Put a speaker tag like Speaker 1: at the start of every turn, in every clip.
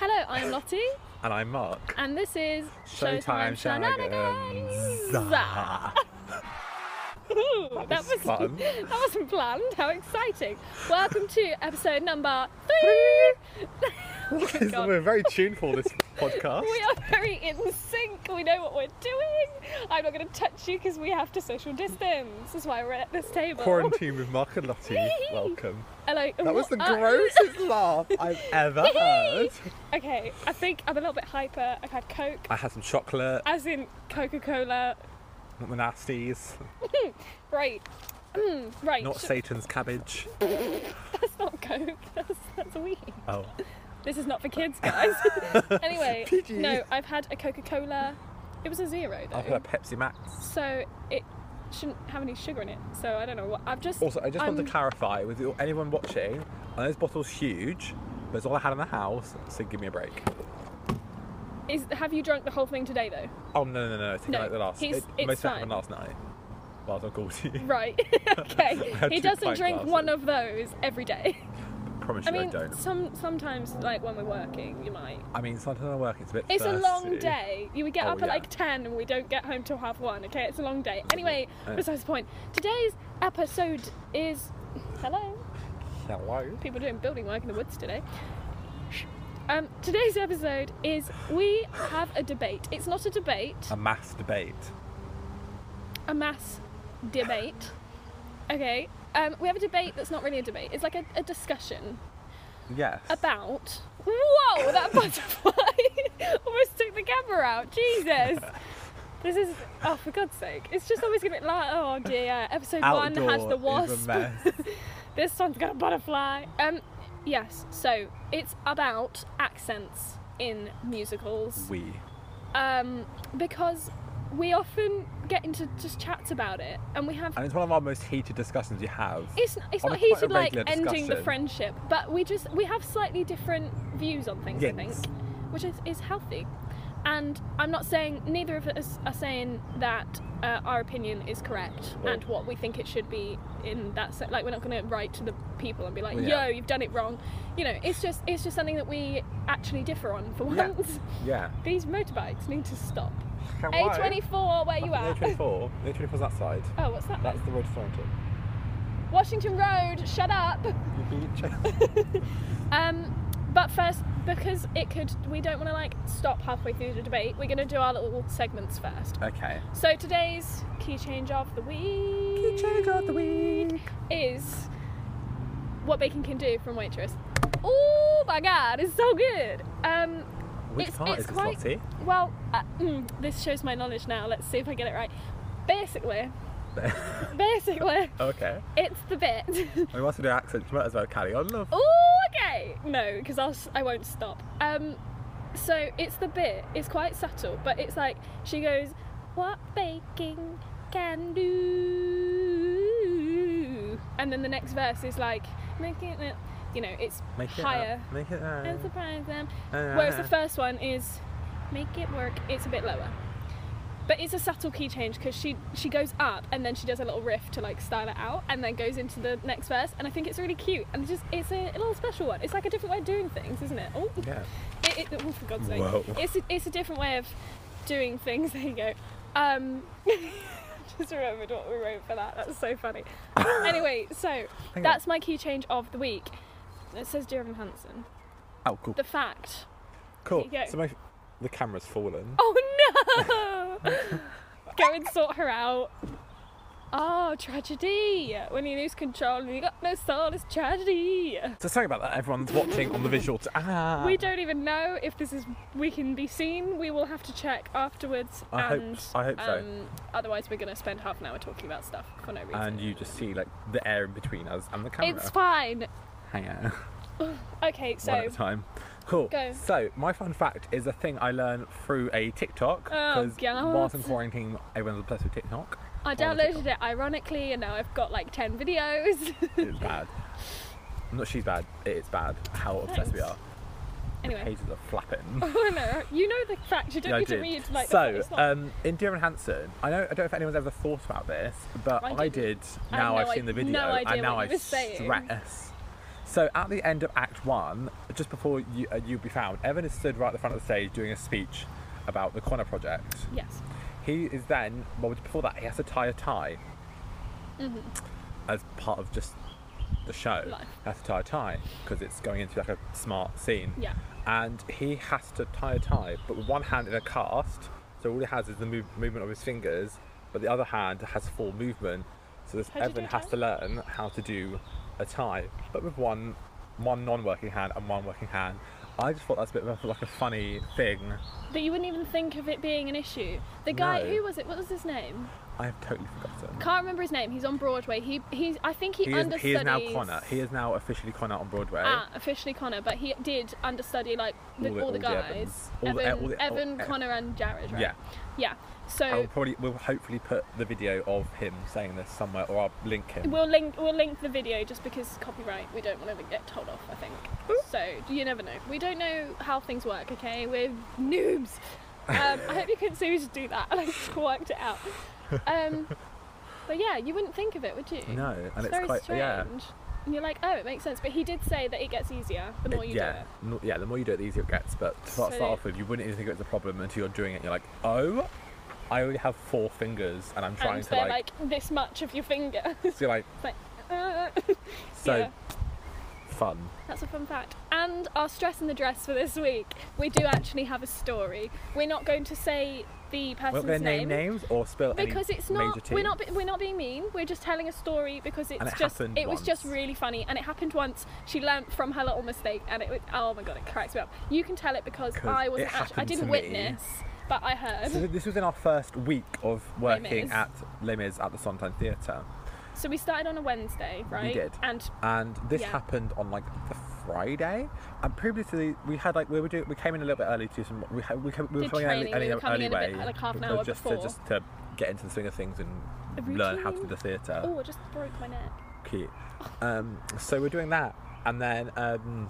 Speaker 1: I'm Lottie,
Speaker 2: And I'm Mark.
Speaker 1: and this is
Speaker 2: Showtime Shenanigans.
Speaker 1: That
Speaker 2: was
Speaker 1: was
Speaker 2: fun.
Speaker 1: Ah. That wasn't planned. How exciting! Welcome to episode number three. oh my God.
Speaker 2: We're very tuneful this podcast.
Speaker 1: We are very in sync. We know what we're doing. I'm not going to touch you because we have to social distance. That's why we're at this table.
Speaker 2: Quarantine with Mark and Lottie. Welcome.
Speaker 1: Hello.
Speaker 2: That was
Speaker 1: what
Speaker 2: the
Speaker 1: are-
Speaker 2: grossest laugh I've ever heard.
Speaker 1: Okay, I think I'm a little bit hyper. I've had Coke,
Speaker 2: I had some chocolate,
Speaker 1: as in Coca Cola.
Speaker 2: not the nasties,
Speaker 1: Right. Mm, right.
Speaker 2: not
Speaker 1: sh-
Speaker 2: Satan's cabbage.
Speaker 1: That's not Coke. That's, that's weed.
Speaker 2: Oh,
Speaker 1: This is not for kids, guys. anyway,
Speaker 2: PG.
Speaker 1: no, I've had a Coca Cola. It was a zero though.
Speaker 2: I've got a Pepsi Max.
Speaker 1: so it shouldn't have any sugar in it. So I don't know what. I've just. um,
Speaker 2: Also, I just want
Speaker 1: I'm-
Speaker 2: to clarify with you- anyone watching, I know this bottle's huge, but it's all I had in the house, so give me a break.
Speaker 1: Is, have you drunk the whole thing today though?
Speaker 2: Oh, no, no, no, no. Take
Speaker 1: No,
Speaker 2: like the last.
Speaker 1: he's-
Speaker 2: it,
Speaker 1: it's
Speaker 2: most of it
Speaker 1: fine.
Speaker 2: happened last night. Well, I was on call to you.
Speaker 1: Right. okay.
Speaker 2: had
Speaker 1: He
Speaker 2: two
Speaker 1: doesn't
Speaker 2: pint
Speaker 1: drink
Speaker 2: glasses.
Speaker 1: one of those every day.
Speaker 2: Promise
Speaker 1: I
Speaker 2: you,
Speaker 1: mean,
Speaker 2: don't.
Speaker 1: some sometimes like when we're working, you might.
Speaker 2: I mean, sometimes I work, it's a bit
Speaker 1: It's a long
Speaker 2: thirsty.
Speaker 1: day. You would get
Speaker 2: Oh,
Speaker 1: up at
Speaker 2: yeah.
Speaker 1: like 10 and we don't get home till half 1. Okay, it's a long day. Anyway,
Speaker 2: Yeah.
Speaker 1: besides the point, today's episode is. Hello?
Speaker 2: Hello.
Speaker 1: People doing building work in the woods today. Shh. Um, today's episode is we have a debate. It's not a debate,
Speaker 2: A mass debate.
Speaker 1: a mass debate. Okay, um, we have a debate that's not really a debate, it's like a, a discussion
Speaker 2: Yes.
Speaker 1: about. Whoa, that butterfly almost took the camera out. Jesus. This is, oh, for God's sake. It's just always going to be like, oh dear, episode one
Speaker 2: Outdoor
Speaker 1: has the
Speaker 2: is
Speaker 1: wasp.
Speaker 2: a mess.
Speaker 1: This one's got a butterfly. Um, yes, so it's about accents in musicals.
Speaker 2: we.
Speaker 1: Um, because we often get into just chats about it and we have
Speaker 2: And it's one of our most heated discussions you have.
Speaker 1: it's, it's
Speaker 2: On
Speaker 1: not
Speaker 2: a quite a
Speaker 1: heated like
Speaker 2: regular
Speaker 1: ending the
Speaker 2: discussion.
Speaker 1: friendship, but we just we have slightly different views on things, I think,
Speaker 2: Yes.
Speaker 1: which is, is healthy. And I'm not saying neither of us are saying that uh, our opinion is correct
Speaker 2: No.
Speaker 1: and what we think it should be in that sense. Like we're not going to write to the people and be like,
Speaker 2: Well, yeah.
Speaker 1: "Yo, you've done it wrong." You know, it's just it's just something that we actually differ on for
Speaker 2: Yeah.
Speaker 1: once.
Speaker 2: yeah.
Speaker 1: These motorbikes need to stop.
Speaker 2: Hello.
Speaker 1: A24, where you
Speaker 2: That's the
Speaker 1: at?
Speaker 2: A24. The A24's that side.
Speaker 1: Oh, what's that?
Speaker 2: That's the road to Thornton.
Speaker 1: Washington Road. Shut up.
Speaker 2: You beat
Speaker 1: Um, but first, because it could, we don't want to like stop halfway through the debate. We're going to do our little segments first.
Speaker 2: Okay.
Speaker 1: So today's key change of the week.
Speaker 2: of the week.
Speaker 1: is what baking can do from Waitress. Oh my god, it's so good. Um,
Speaker 2: Which
Speaker 1: it's,
Speaker 2: part
Speaker 1: it's
Speaker 2: is this,
Speaker 1: quite,
Speaker 2: Lottie?
Speaker 1: Well, uh, mm, this shows my knowledge now. Let's see if I get it right. Basically, basically,
Speaker 2: okay.
Speaker 1: it's the bit.
Speaker 2: We want to do accents. You might as well carry on, love.
Speaker 1: Oh, okay. No, because I'll s- I won't stop. Um, so it's the bit. It's quite subtle, but it's like she goes, "What baking can do," and then the next verse is like, "Making it," you know, it's
Speaker 2: Make it
Speaker 1: higher
Speaker 2: Up. Make it uh, up.
Speaker 1: and surprise them.
Speaker 2: Uh,
Speaker 1: Whereas the first one is, "Make it work." It's a bit lower. But it's a subtle key change because she she goes up and then she does a little riff to like style it out and then goes into the next verse and I think it's really cute and it's just it's a little special one. It's like a different way of doing things, isn't it? Oh,
Speaker 2: Yeah.
Speaker 1: it, it, oh for God's sake!
Speaker 2: Whoa.
Speaker 1: It's a, it's a different way of doing things. There you go. Um, just remembered what we wrote for that. That's so funny. anyway, so
Speaker 2: on.
Speaker 1: that's my key change of the week. It says Dear Evan Hansen.
Speaker 2: Oh, cool.
Speaker 1: The E fact.
Speaker 2: cool.
Speaker 1: there you go.
Speaker 2: So my, the camera's fallen.
Speaker 1: Oh no! Go and sort her out. Oh, tragedy! When you lose control and you got no soul, it's tragedy.
Speaker 2: So sorry about that. Everyone's watching on the visual. T- ah.
Speaker 1: We don't even know if this is we can be seen. We will have to check afterwards.
Speaker 2: I hope-
Speaker 1: and
Speaker 2: I hope so.
Speaker 1: Um, otherwise, we're gonna spend half an hour talking about stuff for no reason.
Speaker 2: And you just see like the air in between us and the camera.
Speaker 1: it's fine.
Speaker 2: Hang on.
Speaker 1: Okay,
Speaker 2: One at
Speaker 1: so
Speaker 2: a time. Cool.
Speaker 1: Go.
Speaker 2: So my fun fact is a thing I learned through a TikTok.
Speaker 1: Oh, God.
Speaker 2: whilst in quarantine, everyone's obsessed with TikTok.
Speaker 1: I downloaded it ironically, and now I've got like ten videos.
Speaker 2: It's bad. Not she's bad. It's bad. How obsessed we
Speaker 1: Thanks.
Speaker 2: are.
Speaker 1: anyway,
Speaker 2: Pages are flapping.
Speaker 1: oh no, you know the facts. You don't
Speaker 2: Yeah, I
Speaker 1: need to
Speaker 2: did.
Speaker 1: read like the
Speaker 2: so,
Speaker 1: facts, not-
Speaker 2: um, in Dear and Hanson, I know I don't know if anyone's ever thought about this, but
Speaker 1: I
Speaker 2: I,
Speaker 1: didn't.
Speaker 2: did.
Speaker 1: I
Speaker 2: Now
Speaker 1: had
Speaker 2: I've
Speaker 1: no
Speaker 2: seen the
Speaker 1: i-
Speaker 2: video,
Speaker 1: no idea
Speaker 2: and now
Speaker 1: what
Speaker 2: I
Speaker 1: you were saying.
Speaker 2: stress. So at the end of Act One, just before you, uh, you'll be found, Evan is stood right at the front of the stage doing a speech about the Connor Project.
Speaker 1: Yes.
Speaker 2: He is then, well, before that, he has to tie a tie as part of just the show.
Speaker 1: Mm-hmm. Life.
Speaker 2: He has to tie a tie because it's going into like a smart scene.
Speaker 1: Yeah.
Speaker 2: And he has to tie a tie, but with one hand in a cast, so all he has is the move, movement of his fingers, but the other hand has full movement. So this
Speaker 1: How do you do
Speaker 2: Evan
Speaker 1: a
Speaker 2: has
Speaker 1: tie?
Speaker 2: to learn how to do a tie, but with one one non-working hand and one working hand. I just thought that's a bit of a- like a funny thing.
Speaker 1: But you wouldn't even think of it being an issue. The guy,
Speaker 2: No.
Speaker 1: who was it? What was his name?
Speaker 2: I have totally forgotten.
Speaker 1: Can't remember his name. He's on Broadway. He he's I think he,
Speaker 2: he is,
Speaker 1: understudies.
Speaker 2: he is now Connor. He is now officially Connor on Broadway.
Speaker 1: Ah, officially Connor, but he did understudy like the, all, the, guys,
Speaker 2: Evans. All the-
Speaker 1: Evan,
Speaker 2: all the- all-
Speaker 1: Evan
Speaker 2: Ev-
Speaker 1: Connor, and Jared, right?
Speaker 2: Yeah.
Speaker 1: yeah.
Speaker 2: I'll
Speaker 1: So
Speaker 2: probably we'll hopefully put the video of him saying this somewhere, or I'll link him.
Speaker 1: we'll link we'll link the video just because copyright. We don't want to get told off. I think. So you never know. We don't know how things work. Okay, we're noobs. Um, I hope you couldn't see we just do that. I just worked it out. Um, but yeah, you wouldn't think of it, would you?
Speaker 2: no, and
Speaker 1: It's
Speaker 2: it's,
Speaker 1: very
Speaker 2: quite
Speaker 1: strange.
Speaker 2: yeah.
Speaker 1: And you're like, oh, it makes sense. But he did say that it gets easier the more
Speaker 2: It-
Speaker 1: you
Speaker 2: yeah,
Speaker 1: do it.
Speaker 2: no- yeah. The more you do it, the easier it gets. But to start,
Speaker 1: So-
Speaker 2: start off with, you wouldn't even think it was a problem until you're doing it. You're like, oh, I only have four fingers, and I'm trying
Speaker 1: and
Speaker 2: to
Speaker 1: they're
Speaker 2: like,
Speaker 1: like, this much of your finger.
Speaker 2: so you're like,
Speaker 1: It's like, uh,
Speaker 2: so
Speaker 1: Yeah.
Speaker 2: fun.
Speaker 1: that's a fun fact. And our stress in the dress for this week, we do actually have a story. We're not going to say the
Speaker 2: We're
Speaker 1: person's
Speaker 2: not going to name names or spill any
Speaker 1: because it's
Speaker 2: major
Speaker 1: not
Speaker 2: tea.
Speaker 1: we're not be- we're not being mean we're just telling a story because it's
Speaker 2: And it
Speaker 1: just
Speaker 2: happened
Speaker 1: it was just
Speaker 2: once.
Speaker 1: really funny and it happened once she learnt from her little mistake and it was oh my god it cracks me up you can tell it because
Speaker 2: 'Cause
Speaker 1: i
Speaker 2: it
Speaker 1: wasn't actually i
Speaker 2: happened to
Speaker 1: didn't
Speaker 2: me.
Speaker 1: witness but i heard
Speaker 2: So this was in our first week of working
Speaker 1: Mis.
Speaker 2: at Les Mis at the Sondheim Theatre.
Speaker 1: So we started on a Wednesday, right?
Speaker 2: did.
Speaker 1: And
Speaker 2: and this
Speaker 1: Yeah.
Speaker 2: happened on like the Friday. And previously, we had like we were doing we came in a little bit early to some we had, we, came, we were
Speaker 1: Did
Speaker 2: coming in
Speaker 1: training,
Speaker 2: early,
Speaker 1: we
Speaker 2: early,
Speaker 1: were coming
Speaker 2: early
Speaker 1: in a bit,
Speaker 2: way
Speaker 1: like, half an
Speaker 2: because
Speaker 1: hour
Speaker 2: just
Speaker 1: before.
Speaker 2: to just to get into the swing of things
Speaker 1: A
Speaker 2: and learn how to do
Speaker 1: routine.
Speaker 2: the theatre.
Speaker 1: oh, I just broke my neck.
Speaker 2: Cute. Um, so we're doing that, and then um,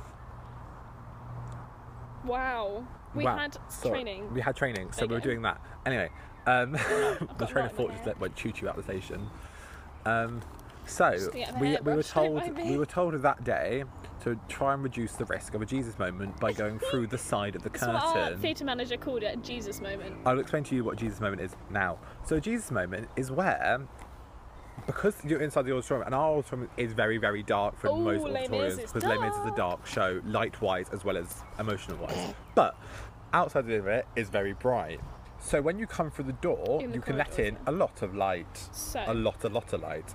Speaker 1: Wow. We
Speaker 2: wow,
Speaker 1: had
Speaker 2: sorry,
Speaker 1: training.
Speaker 2: We had training, so we were
Speaker 1: Okay.
Speaker 2: doing that. Anyway, um, the
Speaker 1: got a
Speaker 2: train
Speaker 1: lot
Speaker 2: of
Speaker 1: in my
Speaker 2: thought just
Speaker 1: hair.
Speaker 2: let, went choo choo out the station. Um, so
Speaker 1: gonna get my
Speaker 2: we,
Speaker 1: hair
Speaker 2: we were
Speaker 1: brushed, don't
Speaker 2: told
Speaker 1: mind me.
Speaker 2: we were told that day to try and reduce the risk of a Jesus moment by going through the side of the
Speaker 1: That's what our
Speaker 2: curtain.
Speaker 1: theatre manager called it a Jesus moment.
Speaker 2: I'll explain to you what Jesus moment is now. So a Jesus moment is where because you're inside the auditorium, and our auditorium is very, very dark for
Speaker 1: Ooh,
Speaker 2: most
Speaker 1: Les Mis
Speaker 2: auditoriums
Speaker 1: is
Speaker 2: because Les Mis is a
Speaker 1: dark.
Speaker 2: dark show, light-wise as well as emotional-wise. but outside of it is very bright. So when you come through the door,
Speaker 1: In the
Speaker 2: you can let in
Speaker 1: corridors,
Speaker 2: a lot of light,
Speaker 1: So-
Speaker 2: a lot, a lot of light.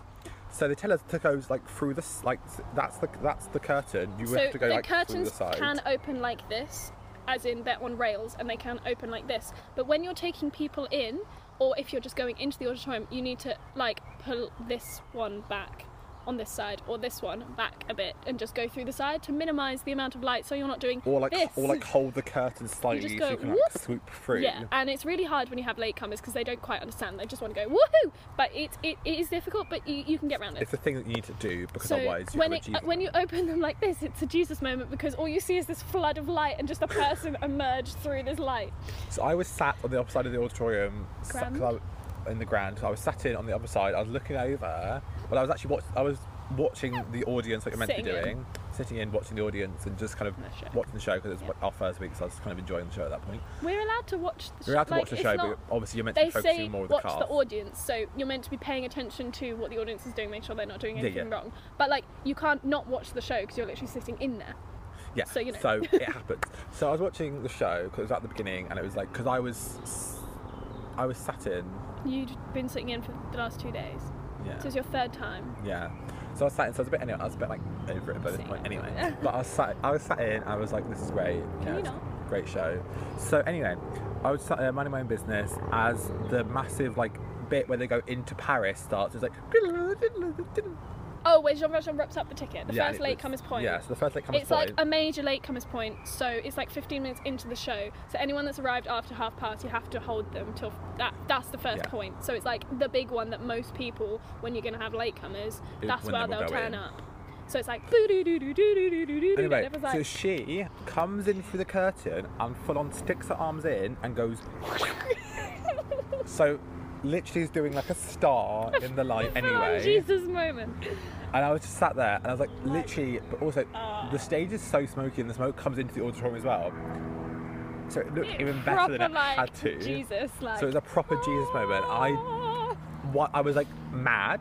Speaker 2: So they tell us to go like through this, like that's the that's the curtain. You
Speaker 1: So
Speaker 2: have to go
Speaker 1: the
Speaker 2: like through
Speaker 1: curtains
Speaker 2: the side.
Speaker 1: can open like this, as in they're on rails and they can open like this. But when you're taking people in, or if you're just going into the auditorium, you need to like pull this one back on this side or this one back a bit and just go through the side to minimize the amount of light so you're not doing
Speaker 2: or like
Speaker 1: this.
Speaker 2: or like hold the curtain slightly
Speaker 1: just
Speaker 2: so
Speaker 1: go,
Speaker 2: you can like
Speaker 1: "Whoop."
Speaker 2: swoop through.
Speaker 1: Yeah, and it's really hard when you have latecomers because they don't quite understand. They just want to go woohoo, but it, it, it is difficult, but you, you can get around it.
Speaker 2: It's a thing that you need to do because
Speaker 1: so
Speaker 2: otherwise you
Speaker 1: when it,
Speaker 2: have a
Speaker 1: uh,
Speaker 2: Jesus
Speaker 1: when you open them like this, it's a Jesus moment because all you see is this flood of light and just a person emerge through this light.
Speaker 2: So I was sat on the other side of the auditorium, sa- 'cause
Speaker 1: Grand?
Speaker 2: I- in the grand. I was sat in on the other side. I was looking over, but I was actually watch, I was watching the audience like you're meant to
Speaker 1: Sitting
Speaker 2: be
Speaker 1: in.
Speaker 2: doing, sitting in, watching the audience, and just kind of
Speaker 1: The show.
Speaker 2: watching the show because it's
Speaker 1: Yeah.
Speaker 2: our first week, so I was kind of enjoying the show at that point.
Speaker 1: We're allowed to watch. The
Speaker 2: We were allowed to
Speaker 1: like,
Speaker 2: watch the
Speaker 1: it's
Speaker 2: show,
Speaker 1: not-
Speaker 2: but obviously you're meant to
Speaker 1: they
Speaker 2: be
Speaker 1: say
Speaker 2: focusing more with the
Speaker 1: watch
Speaker 2: cast.
Speaker 1: the audience, so you're meant to be paying attention to what the audience is doing, make sure they're not doing
Speaker 2: Yeah,
Speaker 1: anything
Speaker 2: yeah.
Speaker 1: wrong. But like, you can't not watch the show because you're literally sitting in there.
Speaker 2: Yeah.
Speaker 1: So, you know.
Speaker 2: it happens. So I was watching the show because it was at the beginning, and it was like because I was, s- I was sat in.
Speaker 1: You've been sitting in for the last two days.
Speaker 2: Yeah.
Speaker 1: So it's your third time.
Speaker 2: Yeah. So I was sat in, so I was a bit anyway, I was a bit like over it by this
Speaker 1: Sitting
Speaker 2: point
Speaker 1: over it.
Speaker 2: anyway. But I was sat I was sat in, I was like, this is great.
Speaker 1: Can
Speaker 2: yeah,
Speaker 1: you
Speaker 2: it's a
Speaker 1: not?
Speaker 2: Great show. So anyway, I was sat there minding my own business as the massive like bit where they go into Paris starts. It's like
Speaker 1: Oh, where Jean Valjean wraps up the ticket, the
Speaker 2: Yeah, and
Speaker 1: first
Speaker 2: it was-
Speaker 1: latecomer's point.
Speaker 2: Yeah, so the first latecomer's
Speaker 1: it's
Speaker 2: point.
Speaker 1: like a major latecomer's point, so it's like 15 minutes into the show. So anyone that's arrived after half past, you have to hold them till that. That's the first
Speaker 2: Yeah.
Speaker 1: point. So it's like the big one that most people, when you're going to have latecomers,
Speaker 2: It-
Speaker 1: that's
Speaker 2: when
Speaker 1: where
Speaker 2: they will
Speaker 1: they'll
Speaker 2: go
Speaker 1: turn
Speaker 2: in.
Speaker 1: up. So it's like boo doo doo doo doo doo doo doo doo. and
Speaker 2: Anyway,
Speaker 1: everyone's
Speaker 2: so
Speaker 1: like,
Speaker 2: she comes in through the curtain and full on sticks her arms in and goes. so literally is doing like a star in the light
Speaker 1: Oh,
Speaker 2: anyway.
Speaker 1: Jesus moment.
Speaker 2: And I was just sat there and I was like, literally, but also
Speaker 1: uh.
Speaker 2: the stage is so smoky and the smoke comes into the auditorium as well. So it looked even better than it
Speaker 1: Proper, like,
Speaker 2: had to.
Speaker 1: Jesus, like.
Speaker 2: So it was a proper Jesus moment. I
Speaker 1: "Ah."
Speaker 2: what I was like mad.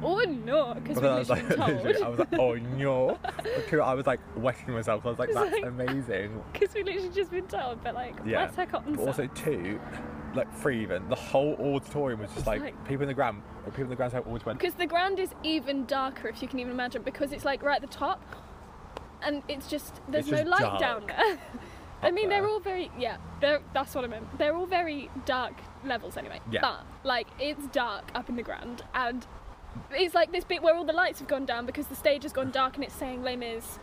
Speaker 1: Or not, because
Speaker 2: But
Speaker 1: we
Speaker 2: then I was like,
Speaker 1: literally
Speaker 2: literally, I
Speaker 1: told.
Speaker 2: was like, oh no. But true, I was like wetting myself. I was like,
Speaker 1: It's
Speaker 2: that's
Speaker 1: like-
Speaker 2: amazing.
Speaker 1: Because we literally just been told, but like,
Speaker 2: Yeah.
Speaker 1: where's her cotton
Speaker 2: But also
Speaker 1: sock?
Speaker 2: two, like three even, the whole auditorium was just like,
Speaker 1: like-
Speaker 2: people in the ground, or people in the ground always went,
Speaker 1: Because the ground is even darker, if you can even imagine, because it's like right at the top, and it's just there's
Speaker 2: It's just
Speaker 1: no light
Speaker 2: dark
Speaker 1: down there. I
Speaker 2: up
Speaker 1: mean,
Speaker 2: there.
Speaker 1: they're all very yeah. They're, that's what I meant. They're all very dark levels anyway.
Speaker 2: Yeah.
Speaker 1: But like, it's dark up in the ground, and it's like this bit where all the lights have gone down because the stage has gone dark, and it's saying Les Mis,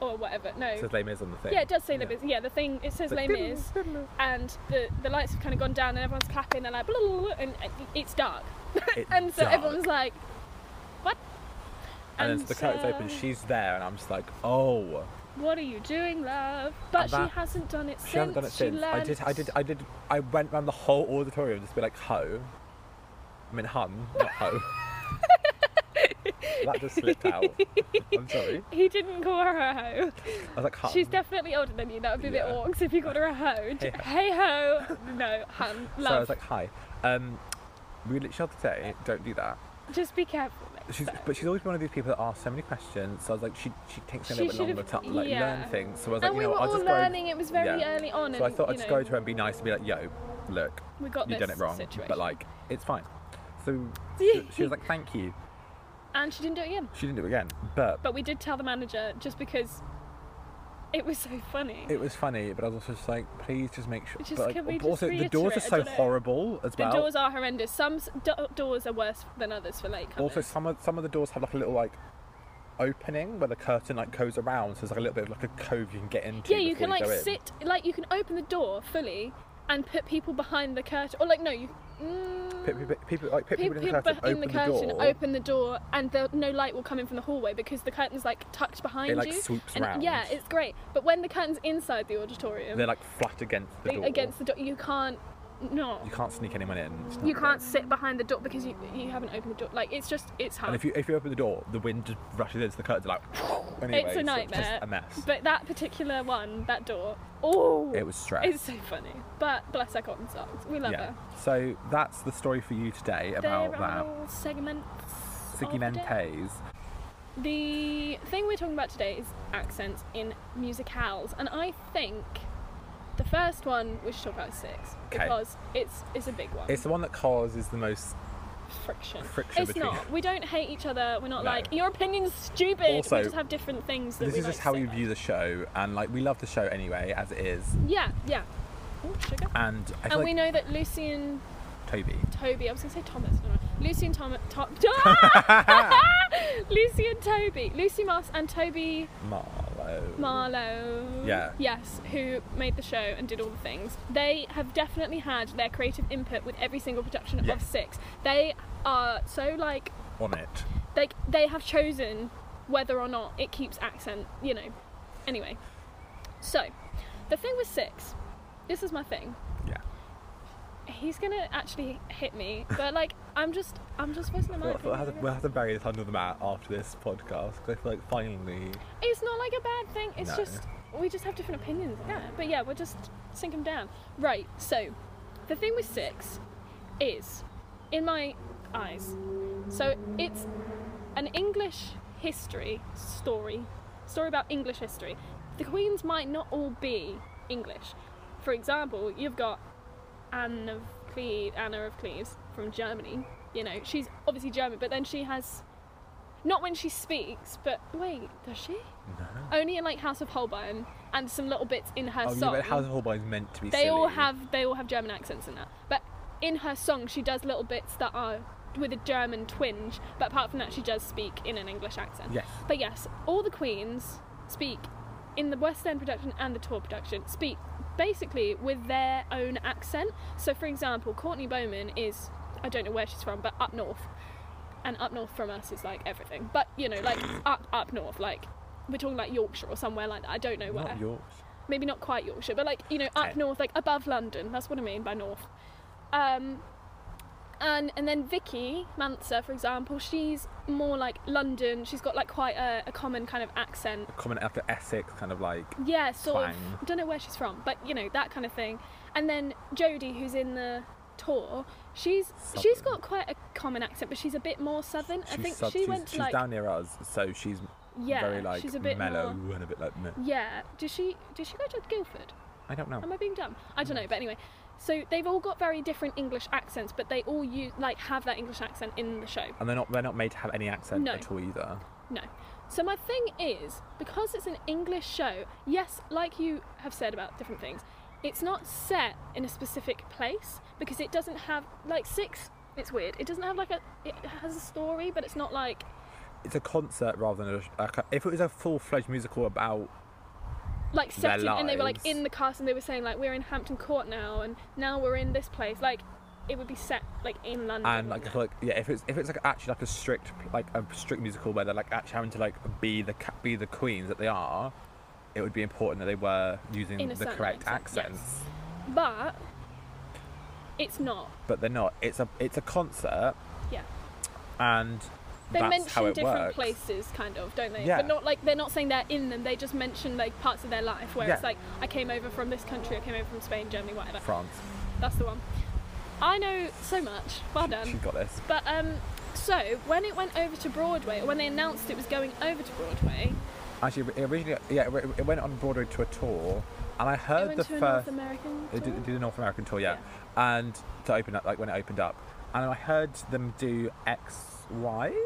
Speaker 1: or whatever. No.
Speaker 2: it says Les Mis on the thing.
Speaker 1: yeah, it does say Les
Speaker 2: Yeah.
Speaker 1: Mis. Yeah, the thing it says
Speaker 2: It's
Speaker 1: Les
Speaker 2: like,
Speaker 1: Mis, and the the lights have kind of gone down, and everyone's clapping. They're like, blah, blah, blah, blah, and and it's dark,
Speaker 2: It's
Speaker 1: and so
Speaker 2: dark.
Speaker 1: everyone's like, what?
Speaker 2: And, then so the curtain's open,
Speaker 1: uh,
Speaker 2: she's there, and I'm just like, oh.
Speaker 1: What are you doing, love? But she
Speaker 2: that-
Speaker 1: hasn't done it since.
Speaker 2: She hasn't done it since. I
Speaker 1: learnt-
Speaker 2: did, I did, I did, I went around the whole auditorium just be like, ho. I mean, hum, not ho. that just slipped out. I'm sorry.
Speaker 1: He didn't call her a hoe.
Speaker 2: I was like, hum.
Speaker 1: She's definitely older than you. That would be a bit
Speaker 2: Yeah.
Speaker 1: orcs if you called her a hoe. J- Hey ho. No, hun,
Speaker 2: So I
Speaker 1: love.
Speaker 2: was like, hi. Um, we literally have to say, don't do that.
Speaker 1: Just be careful. next
Speaker 2: She's,
Speaker 1: time.
Speaker 2: but she's always been one of these people that ask so many questions. So I was like, she she takes me a
Speaker 1: She
Speaker 2: little bit longer
Speaker 1: should've-
Speaker 2: to like
Speaker 1: yeah.
Speaker 2: learn things. So I was like,
Speaker 1: and
Speaker 2: you
Speaker 1: we
Speaker 2: know,
Speaker 1: were
Speaker 2: I'll
Speaker 1: all
Speaker 2: just go.
Speaker 1: learning. It was very
Speaker 2: yeah.
Speaker 1: early on.
Speaker 2: so
Speaker 1: and,
Speaker 2: I thought I'd
Speaker 1: you
Speaker 2: just
Speaker 1: know,
Speaker 2: go to her and be nice and be like, yo, look,
Speaker 1: We got
Speaker 2: you've
Speaker 1: this
Speaker 2: done it wrong,
Speaker 1: Situation.
Speaker 2: but like it's fine. So she, she was like, thank you.
Speaker 1: and she didn't do it again.
Speaker 2: She didn't do it again, but
Speaker 1: But we did tell the manager just because it was so funny.
Speaker 2: it was funny. But I was also just like, please just make sure.
Speaker 1: Just
Speaker 2: but like,
Speaker 1: can we
Speaker 2: but also
Speaker 1: just
Speaker 2: the doors are
Speaker 1: reiterate, I
Speaker 2: so
Speaker 1: don't know.
Speaker 2: horrible as
Speaker 1: the
Speaker 2: well.
Speaker 1: doors are horrendous. Some s- do- doors are worse than others for late
Speaker 2: also, some of some of the doors have like a little like opening where the curtain like goes around, so there's like a little bit of like a cove you can get into.
Speaker 1: Yeah, you
Speaker 2: before
Speaker 1: can like
Speaker 2: go in.
Speaker 1: sit, like you can open the door fully and put people behind the curtain, or like no, you. Mm,
Speaker 2: Put people, people, like, put
Speaker 1: pe-
Speaker 2: people, in the curtain,
Speaker 1: beh- in
Speaker 2: open
Speaker 1: the
Speaker 2: the,
Speaker 1: curtain,
Speaker 2: door.
Speaker 1: open the door, and the, no light will come in from the hallway because the curtain's like tucked behind
Speaker 2: like,
Speaker 1: you.
Speaker 2: swoops
Speaker 1: and
Speaker 2: round.
Speaker 1: Yeah, it's great. But when the curtain's inside the auditorium,
Speaker 2: They're like flat against the
Speaker 1: they-
Speaker 2: door.
Speaker 1: against the door, you can't. No,
Speaker 2: You can't sneak anyone in. It's not
Speaker 1: you can't
Speaker 2: good.
Speaker 1: sit behind the door because you you haven't opened the door. Like it's just it's hard.
Speaker 2: And if you if you open the door, the wind just rushes into the curtain like. anyway,
Speaker 1: it's
Speaker 2: so
Speaker 1: a
Speaker 2: It's
Speaker 1: nightmare.
Speaker 2: just a mess.
Speaker 1: But that particular one, that door, oh,
Speaker 2: it was stress.
Speaker 1: It's so funny. But bless her cotton socks. We love
Speaker 2: yeah.
Speaker 1: her.
Speaker 2: So that's the story for you today about
Speaker 1: there
Speaker 2: that.
Speaker 1: are segments. of the day.
Speaker 2: Segmentes.
Speaker 1: The thing we're talking about today is accents in musicals, and I think the first one we should talk about is six
Speaker 2: 'Kay.
Speaker 1: because it's it's a big one.
Speaker 2: It's the one that causes the most.
Speaker 1: friction.
Speaker 2: friction
Speaker 1: it's
Speaker 2: between-
Speaker 1: not. We don't hate each other. We're not
Speaker 2: No.
Speaker 1: like your opinion's stupid.
Speaker 2: Also,
Speaker 1: we just have different things that
Speaker 2: This
Speaker 1: we
Speaker 2: is
Speaker 1: like
Speaker 2: just
Speaker 1: to
Speaker 2: how
Speaker 1: say
Speaker 2: we
Speaker 1: about
Speaker 2: view the show, and like we love the show anyway as it is.
Speaker 1: it. Yeah, yeah. Oh, sugar.
Speaker 2: And I
Speaker 1: and
Speaker 2: feel
Speaker 1: we
Speaker 2: like
Speaker 1: know that Lucy and
Speaker 2: Toby.
Speaker 1: Toby. I was gonna say Thomas. No, no. Lucy and Thomas. To- Lucy and Toby. Lucy Moss and Toby
Speaker 2: Marlowe.
Speaker 1: Marlowe.
Speaker 2: Yeah.
Speaker 1: Yes, who made the show and did all the things. They have definitely had their creative input with every single production of
Speaker 2: Yes.
Speaker 1: Six. They are so like
Speaker 2: On it.
Speaker 1: like they have chosen whether or not it keeps accent. You know. Anyway, so the thing with Six. This is my thing.
Speaker 2: Yeah.
Speaker 1: He's gonna actually hit me, but like I'm just I'm just voicing my
Speaker 2: We'll,
Speaker 1: mind.
Speaker 2: we'll have to, we'll have to bury this under the mat after this podcast because I feel like finally.
Speaker 1: It's not like a bad thing. It's
Speaker 2: No.
Speaker 1: just we just have different opinions. Yeah, but yeah, we'll just sink them down. Right. So, the thing with six is, in my eyes, so it's an English history story, story about English history. The queens might not all be English. For example, you've got Anne of Cleves, Anna of Cleves from Germany. You know, she's obviously German, but then she has not when she speaks, but wait, does she?
Speaker 2: Oh,
Speaker 1: Only in like House of Holbein and some little bits in her
Speaker 2: Oh, yeah,
Speaker 1: song.
Speaker 2: but House of Holbein's meant to be
Speaker 1: they all
Speaker 2: silly.
Speaker 1: have they all have German accents in that. But in her song, she does little bits that are with a German twinge. But apart from that, she does speak in an English accent.
Speaker 2: Yes.
Speaker 1: But yes, all the queens speak in the West End production and the tour production speak basically with their own accent. So, for example, Courtney Bowman is I don't know where she's from, but up north, and up north from us is like everything. But you know, like up up north, like we're talking like Yorkshire or somewhere like that. I don't know where.
Speaker 2: Not yours.
Speaker 1: Maybe not quite
Speaker 2: Eh.
Speaker 1: Yorkshire, but like you know, up
Speaker 2: Okay.
Speaker 1: north, like above London. That's what I mean by north. Um, And and then Vicky Manser, for example, she's more like London. She's got like quite a, a common kind of accent.
Speaker 2: Common after Essex, kind of like
Speaker 1: Yeah, sort
Speaker 2: Twang.
Speaker 1: of. Don't know where she's from, but you know that kind of thing. And then Jodie, who's in the tour, she's she's
Speaker 2: Southern.
Speaker 1: got quite a common accent, but she's a bit more southern. I
Speaker 2: she's
Speaker 1: think
Speaker 2: sub-
Speaker 1: she
Speaker 2: she's,
Speaker 1: went to
Speaker 2: she's
Speaker 1: like
Speaker 2: down near us, so she's
Speaker 1: yeah,
Speaker 2: very like
Speaker 1: she's a bit
Speaker 2: mellow
Speaker 1: More,
Speaker 2: and a bit like meh.
Speaker 1: yeah, did she did she go to Guildford?
Speaker 2: I don't know.
Speaker 1: Am I being dumb? I don't know, but anyway. So they've all got very different English accents, but they all use like have that English accent in the show.
Speaker 2: And they're not they're not made to have any accent
Speaker 1: No.
Speaker 2: at all either.
Speaker 1: No. So my thing is, because it's an English show, yes, like you have said about different things, it's not set in a specific place because it doesn't have like six. It's weird. It doesn't have like a. It has a story, but it's not like
Speaker 2: It's a concert rather than a, like a if it was a full fledged musical about
Speaker 1: like
Speaker 2: Their
Speaker 1: set in, and they were like
Speaker 2: lives.
Speaker 1: in the cast and they were saying like we're in Hampton Court now and now we're in this place. Like it would be set like in London.
Speaker 2: and like,
Speaker 1: wouldn't
Speaker 2: like yeah if it's if it's like actually like a strict like a strict musical where they're like actually having to like be the ca- be the queens that they are, it would be important that they were using
Speaker 1: In a
Speaker 2: the
Speaker 1: certain
Speaker 2: correct
Speaker 1: accent,
Speaker 2: accents.
Speaker 1: yes. it? but it's not.
Speaker 2: But they're not. It's a it's a concert
Speaker 1: Yeah.
Speaker 2: and
Speaker 1: They
Speaker 2: that's
Speaker 1: mention
Speaker 2: how it
Speaker 1: different
Speaker 2: works.
Speaker 1: places, kind of, don't they?
Speaker 2: Yeah.
Speaker 1: But not like they're not saying they're in them. They just mention like parts of their life where
Speaker 2: Yeah.
Speaker 1: it's like I came over from this country, I came over from Spain, Germany, whatever.
Speaker 2: France.
Speaker 1: That's the one. I know so much. Well done.
Speaker 2: She's got this.
Speaker 1: But um, so when it went over to Broadway, or when they announced it was going over to Broadway,
Speaker 2: Actually, it originally, yeah, it it went on Broadway to a tour, and I
Speaker 1: it
Speaker 2: heard
Speaker 1: went
Speaker 2: Uh, the
Speaker 1: to a North
Speaker 2: first.
Speaker 1: American.
Speaker 2: They did,
Speaker 1: tour?
Speaker 2: they did a North American tour, yeah. and to open up, like when it opened up, and I heard them do X Wives,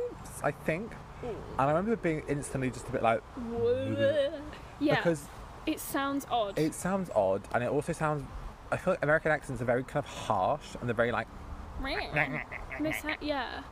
Speaker 2: I think, and I remember being instantly just a bit like,
Speaker 1: Whoa. Yeah.
Speaker 2: because
Speaker 1: it sounds odd.
Speaker 2: it sounds odd, and it also sounds. I feel like American accents are very kind of harsh, and they're very like,
Speaker 1: Miss Ha- yeah.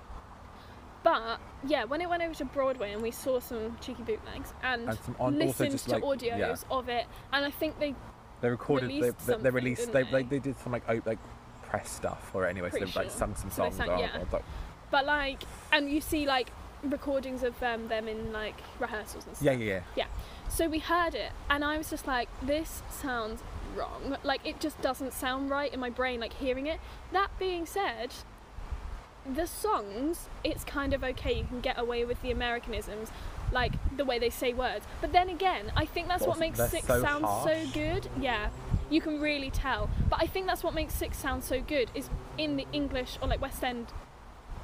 Speaker 1: But yeah, when it went over to Broadway and we saw some cheeky bootlegs and,
Speaker 2: And some on- also
Speaker 1: listened
Speaker 2: just
Speaker 1: to
Speaker 2: like-
Speaker 1: audios
Speaker 2: yeah.
Speaker 1: of it, and I think they
Speaker 2: they recorded, they,
Speaker 1: Released
Speaker 2: they, they
Speaker 1: something,
Speaker 2: released, they,
Speaker 1: didn't
Speaker 2: they,
Speaker 1: they?
Speaker 2: they did some like, op- like press stuff or anyway, so
Speaker 1: Pretty
Speaker 2: they like
Speaker 1: sure.
Speaker 2: sung some
Speaker 1: So they
Speaker 2: songs.
Speaker 1: sang-
Speaker 2: or-
Speaker 1: yeah.
Speaker 2: or, like,
Speaker 1: but like and you see like recordings of um, them in like rehearsals and stuff.
Speaker 2: yeah, yeah, yeah.
Speaker 1: Yeah. So we heard it, and I was just like, this sounds wrong. Like, it just doesn't sound right in my brain, like hearing it. That being said, the songs, it's kind of okay. You can get away with the Americanisms, like the way they say words. But then again, I think that's what
Speaker 2: Wasn't-
Speaker 1: makes
Speaker 2: they're
Speaker 1: Six
Speaker 2: so
Speaker 1: sound so
Speaker 2: harsh.
Speaker 1: good. Yeah. You can really tell. But I think that's what makes Six sound so good, is in the English or like West End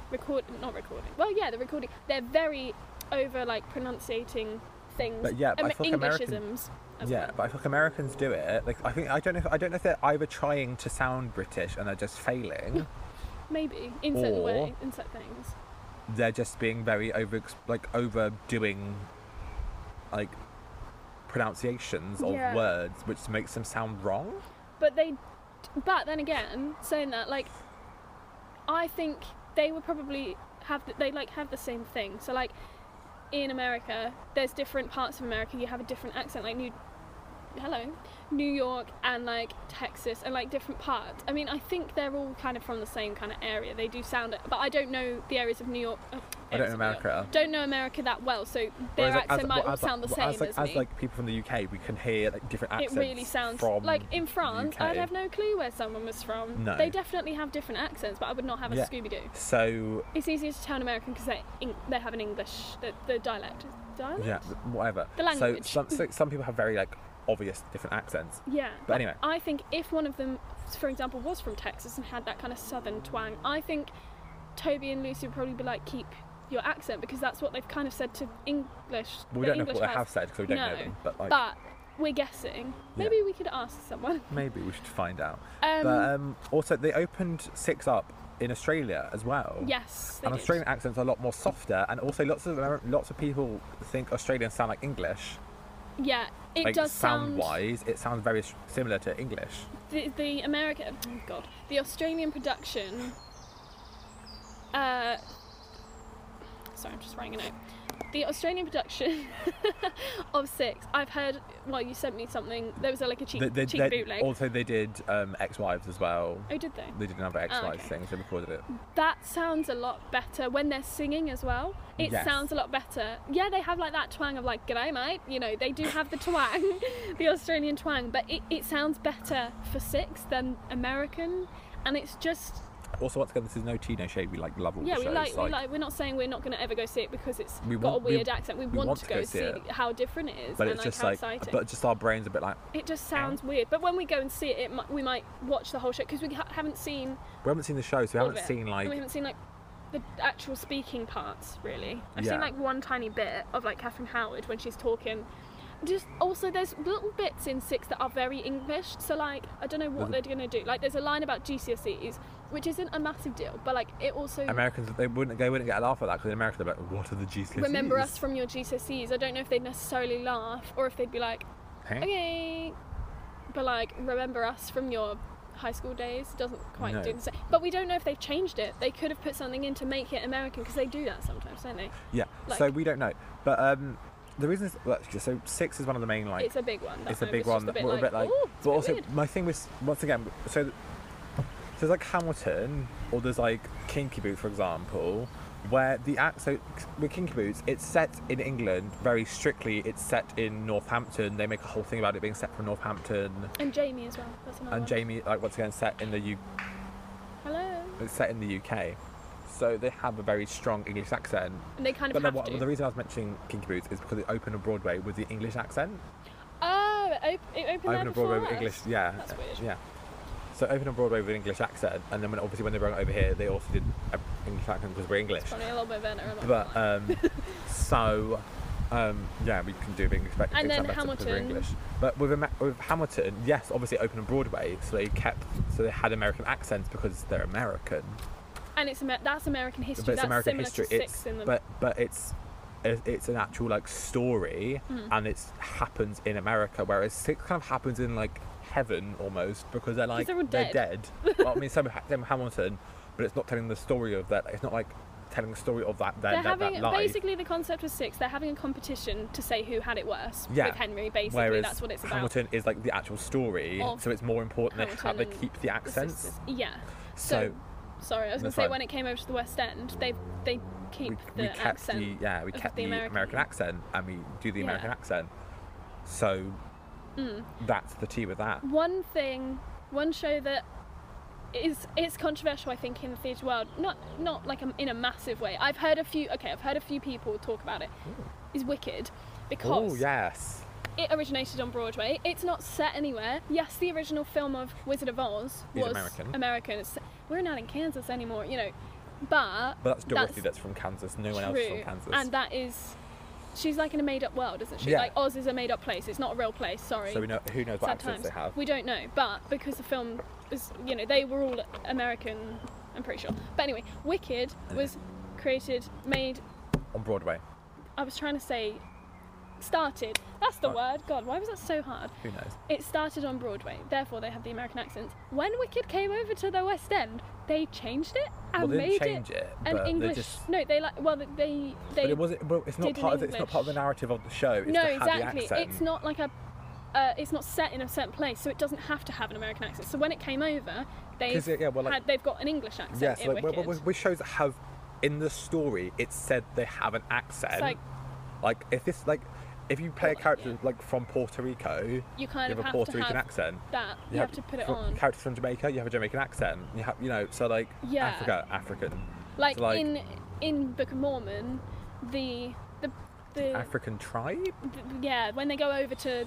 Speaker 1: record not recording. Well, yeah, the recording. They're very over like pronunciating things.
Speaker 2: But yeah, but I feel like American-
Speaker 1: Englishisms. as
Speaker 2: Yeah,
Speaker 1: well.
Speaker 2: but I think Americans do it. Like I think I don't know. If, I don't know if they're either trying to sound British and they're just failing.
Speaker 1: maybe in certain
Speaker 2: Or-
Speaker 1: way, in certain things. Hmm.
Speaker 2: they're just being very over, like overdoing, like pronunciations of
Speaker 1: Yeah.
Speaker 2: words, which makes them sound wrong.
Speaker 1: But they, but then again, saying that like, I think they would probably have the, they like have the same thing. So like, in America, there's different parts of America. You have a different accent, like New, hello, New York and like Texas and like different parts. I mean, I think they're all kind of from the same kind of area. They do sound, but I don't know the areas of New York. oh,
Speaker 2: I don't
Speaker 1: areas
Speaker 2: know
Speaker 1: of New York.
Speaker 2: America.
Speaker 1: Don't know America that well, so their
Speaker 2: Whereas, like,
Speaker 1: accent might
Speaker 2: well,
Speaker 1: all
Speaker 2: as, like-
Speaker 1: sound the
Speaker 2: well,
Speaker 1: same
Speaker 2: as, like,
Speaker 1: as,
Speaker 2: as
Speaker 1: me
Speaker 2: like people from the UK, we can hear like different
Speaker 1: it
Speaker 2: accents.
Speaker 1: really sounds
Speaker 2: from
Speaker 1: like in
Speaker 2: the
Speaker 1: France.
Speaker 2: UK.
Speaker 1: I'd have no clue where someone was from.
Speaker 2: No.
Speaker 1: They definitely have different accents, but I would not have a
Speaker 2: Yeah.
Speaker 1: Scooby Doo.
Speaker 2: So
Speaker 1: It's easier to tell an American because they Eng- they have an English the, the dialect dialect.
Speaker 2: yeah, th- whatever.
Speaker 1: The language.
Speaker 2: So some so, some people have very like obvious different accents.
Speaker 1: Yeah.
Speaker 2: But anyway.
Speaker 1: I think if one of them, for example, was from Texas and had that kind of southern twang, I think Toby and Lucy would probably be like, keep your accent because that's what they've kind of said to English.
Speaker 2: Well, we
Speaker 1: the
Speaker 2: don't know
Speaker 1: English
Speaker 2: what they
Speaker 1: has.
Speaker 2: have said because we don't know
Speaker 1: No,
Speaker 2: them, but like
Speaker 1: But we're guessing.
Speaker 2: Yeah.
Speaker 1: Maybe we could ask someone.
Speaker 2: maybe we should find out.
Speaker 1: Um,
Speaker 2: but um, also, they opened six up in Australia as well.
Speaker 1: yes. They
Speaker 2: And
Speaker 1: did.
Speaker 2: Australian accents are a lot more softer, and also lots of Amer- lots of people think Australians sound like English.
Speaker 1: Yeah, it
Speaker 2: like
Speaker 1: does sound.
Speaker 2: wise, it sounds very s- similar to English.
Speaker 1: the the American oh god the Australian production uh sorry I'm just writing it out the Australian production of Six I've heard well you sent me something there was a, like a cheap,
Speaker 2: They- they-
Speaker 1: cheap
Speaker 2: they-
Speaker 1: bootleg
Speaker 2: also, they did um, Ex-Wives as well.
Speaker 1: oh did they
Speaker 2: They did another Ex-Wives
Speaker 1: okay.
Speaker 2: thing, so they recorded it.
Speaker 1: that sounds a lot better when they're singing as well it
Speaker 2: Yes.
Speaker 1: sounds a lot better yeah they have like that twang of like g'day mate you know they do have the twang the Australian twang but it, it sounds better for Six than American and it's just
Speaker 2: Also, once again, this is no tea, no shade. We like love all
Speaker 1: Yeah,
Speaker 2: the
Speaker 1: we
Speaker 2: shows.
Speaker 1: like, we like. We're not saying we're not going to ever go see it because it's
Speaker 2: We
Speaker 1: got
Speaker 2: want-
Speaker 1: a
Speaker 2: we-
Speaker 1: weird accent. We, want, to go, see
Speaker 2: it.
Speaker 1: how different it is,
Speaker 2: but
Speaker 1: and
Speaker 2: it's
Speaker 1: like
Speaker 2: just
Speaker 1: how
Speaker 2: like,
Speaker 1: exciting.
Speaker 2: but just our brains a bit like
Speaker 1: it just sounds weird. But when we go and see it, it mi- we might watch the whole show because we ha- haven't seen.
Speaker 2: we haven't seen the show, so we
Speaker 1: all of
Speaker 2: haven't
Speaker 1: it.
Speaker 2: seen like
Speaker 1: And we haven't seen like the actual speaking parts really. I've
Speaker 2: Yeah.
Speaker 1: seen like one tiny bit of like Catherine Howard when she's talking. Just also, there's little bits in six that are very English. So like, I don't know what they're
Speaker 2: There's
Speaker 1: going to do. Like, there's a line about GCSEs, which isn't a massive deal, but like it also
Speaker 2: Americans. They wouldn't they wouldn't get a laugh at that because in America they're like, what are the GCSEs?
Speaker 1: remember us from your GCSEs. I don't know if they'd necessarily laugh or if they'd be like,
Speaker 2: Hey?
Speaker 1: okay, but like remember us from your high school days doesn't quite
Speaker 2: No.
Speaker 1: do the same. But we don't know if they've changed it. They could have put something in to make it American because they do that sometimes, don't they?
Speaker 2: Yeah.
Speaker 1: Like-
Speaker 2: so we don't know, but um, the reason is well, so six is one of the main like
Speaker 1: it's a big one. that
Speaker 2: it's a
Speaker 1: move.
Speaker 2: big
Speaker 1: just
Speaker 2: one.
Speaker 1: A bit
Speaker 2: we're
Speaker 1: like, "Ooh, it's a bit
Speaker 2: but also
Speaker 1: weird."
Speaker 2: my thing was once again. So th- there's like Hamilton, or there's like Kinky Boots, for example, where the act. So with Kinky Boots, it's set in England very strictly. It's set in Northampton. They make a whole thing about it being set from Northampton.
Speaker 1: and Jamie as well. That's another
Speaker 2: And
Speaker 1: one.
Speaker 2: Jamie, like once again, set in the U.
Speaker 1: Hello.
Speaker 2: It's set in the UK, so they have a very strong English accent.
Speaker 1: And they kind of
Speaker 2: But no,
Speaker 1: have
Speaker 2: what,
Speaker 1: to.
Speaker 2: the reason I was mentioning Kinky Boots is because it opened on Broadway with the English accent.
Speaker 1: oh, it, op- it opened there
Speaker 2: Open on Broadway with
Speaker 1: before
Speaker 2: English,
Speaker 1: us.
Speaker 2: yeah,
Speaker 1: That's
Speaker 2: uh,
Speaker 1: weird.
Speaker 2: yeah. So open on Broadway with an English accent, and then when obviously when they brought it over here, they also did an English accent because we're English.
Speaker 1: Probably a little bit better. I'm not gonna
Speaker 2: But
Speaker 1: lie.
Speaker 2: um, so um, yeah, we can do a bit English back-
Speaker 1: And then
Speaker 2: accent better because we're
Speaker 1: Hamilton.
Speaker 2: English. But with, Ama- with Hamilton, yes, obviously open on Broadway, so they kept so they had American accents because they're American.
Speaker 1: and it's Amer- that's American history.
Speaker 2: but it's
Speaker 1: that's
Speaker 2: American
Speaker 1: similar
Speaker 2: history.
Speaker 1: to six
Speaker 2: It's
Speaker 1: in the
Speaker 2: but but it's it's an actual like story,
Speaker 1: Mm.
Speaker 2: and it's happens in America, whereas six kind of happens in like heaven almost because they're like
Speaker 1: they're all dead.
Speaker 2: dead. well, I mean, some them Hamilton, but it's not telling the story of that. It's not like telling the story of that
Speaker 1: they're
Speaker 2: that, that,
Speaker 1: having
Speaker 2: that life.
Speaker 1: basically the concept was six. They're having a competition to say who had it worse
Speaker 2: Yeah.
Speaker 1: with Henry. Basically,
Speaker 2: Whereas
Speaker 1: that's what it's about.
Speaker 2: Hamilton is like the actual story,
Speaker 1: Of
Speaker 2: so it's more important they,
Speaker 1: Hamilton
Speaker 2: have, they
Speaker 1: and
Speaker 2: keep the
Speaker 1: The
Speaker 2: accents.
Speaker 1: sisters. Yeah. So,
Speaker 2: So-
Speaker 1: sorry, I was going
Speaker 2: That's
Speaker 1: to say
Speaker 2: fine.
Speaker 1: when it came over to the West End, they they keep the
Speaker 2: we, we kept
Speaker 1: accent.
Speaker 2: the yeah we
Speaker 1: of
Speaker 2: kept
Speaker 1: the
Speaker 2: the American.
Speaker 1: American.
Speaker 2: accent and we do the
Speaker 1: Yeah. Mm.
Speaker 2: American accent so that's the tea with that
Speaker 1: One thing, one show that is it's controversial, I think, in the theatre world. Not not like a, in a massive way. I've heard a few. Okay, I've heard a few people talk about it. Is Wicked because
Speaker 2: oh yes
Speaker 1: it originated on Broadway. It's not set anywhere. Yes, the original film of Wizard of Oz
Speaker 2: Is
Speaker 1: was
Speaker 2: American.
Speaker 1: American. It's, we're not in Kansas anymore, you know. But
Speaker 2: but that's Dorothy that's, from Kansas no one else is from
Speaker 1: true.
Speaker 2: Kansas
Speaker 1: And that is she's like in a made up world, isn't she?
Speaker 2: Yeah.
Speaker 1: Like Oz is a made up place. It's not a real place, sorry.
Speaker 2: so we know who knows what
Speaker 1: Sad
Speaker 2: accents
Speaker 1: times.
Speaker 2: they have
Speaker 1: We don't know, but because the film is you know, they were all American, I'm pretty sure. But anyway, Wicked was created, made
Speaker 2: on Broadway
Speaker 1: I was trying to say started. That's the
Speaker 2: Oh.
Speaker 1: word. God, why was that so hard?
Speaker 2: who knows
Speaker 1: It started on Broadway, therefore they have the American accents. When Wicked came over to the West End, they changed it and
Speaker 2: well they
Speaker 1: made
Speaker 2: didn't change it,
Speaker 1: an
Speaker 2: but
Speaker 1: English.
Speaker 2: they just
Speaker 1: No, they like. Well, they. they
Speaker 2: but it wasn't but it's not
Speaker 1: did in
Speaker 2: part of the, it's not part of the
Speaker 1: English.
Speaker 2: narrative of the show it's
Speaker 1: no,
Speaker 2: to have
Speaker 1: exactly.
Speaker 2: the accent
Speaker 1: It's not like a. Uh, it's not set in a certain place, so it doesn't have to have an American accent. So when it came over, they
Speaker 2: 'Cause it- yeah, well, like-
Speaker 1: had, they've got an English accent
Speaker 2: yes
Speaker 1: in
Speaker 2: like, well,
Speaker 1: Wicked.
Speaker 2: well, with shows that have in the story it's said they have an accent
Speaker 1: it's like
Speaker 2: Like if this like if you play a
Speaker 1: Well,
Speaker 2: character
Speaker 1: yeah.
Speaker 2: like from Puerto Rico, you
Speaker 1: you kind of
Speaker 2: have a
Speaker 1: have
Speaker 2: Puerto
Speaker 1: to
Speaker 2: Rican
Speaker 1: have
Speaker 2: accent.
Speaker 1: that. You, have to put it
Speaker 2: from-
Speaker 1: on.
Speaker 2: Characters from Jamaica, you have a Jamaican accent. You have you know so like
Speaker 1: Yeah.
Speaker 2: Africa, African,
Speaker 1: Like,
Speaker 2: like-
Speaker 1: in in Book of Mormon, the the the,
Speaker 2: African tribe.
Speaker 1: th- yeah when they go over to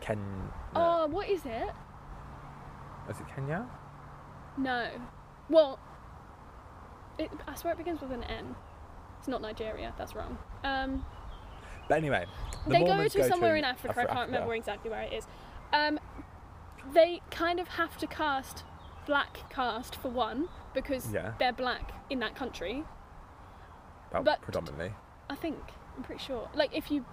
Speaker 2: Ken.
Speaker 1: oh what is it?
Speaker 2: is it Kenya?
Speaker 1: No. Well, it, I swear it begins with an N. It's not Nigeria. That's wrong. Um,
Speaker 2: But anyway, the
Speaker 1: they
Speaker 2: Mormons
Speaker 1: go to somewhere in
Speaker 2: an-
Speaker 1: Africa. I
Speaker 2: Afri-
Speaker 1: can't remember
Speaker 2: Africa.
Speaker 1: exactly where it is. Um, they kind of have to cast black cast for one because
Speaker 2: Yeah.
Speaker 1: they're black in that country.
Speaker 2: Well,
Speaker 1: but-
Speaker 2: predominantly.
Speaker 1: I think I'm pretty sure. Like if you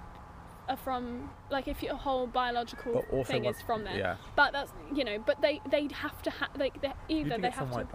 Speaker 1: are from, like if your whole biological
Speaker 2: But also
Speaker 1: thing
Speaker 2: what-
Speaker 1: is from there.
Speaker 2: yeah.
Speaker 1: But that's you know. But they they have to have like they
Speaker 2: You
Speaker 1: either
Speaker 2: do
Speaker 1: they
Speaker 2: get some
Speaker 1: have to.
Speaker 2: white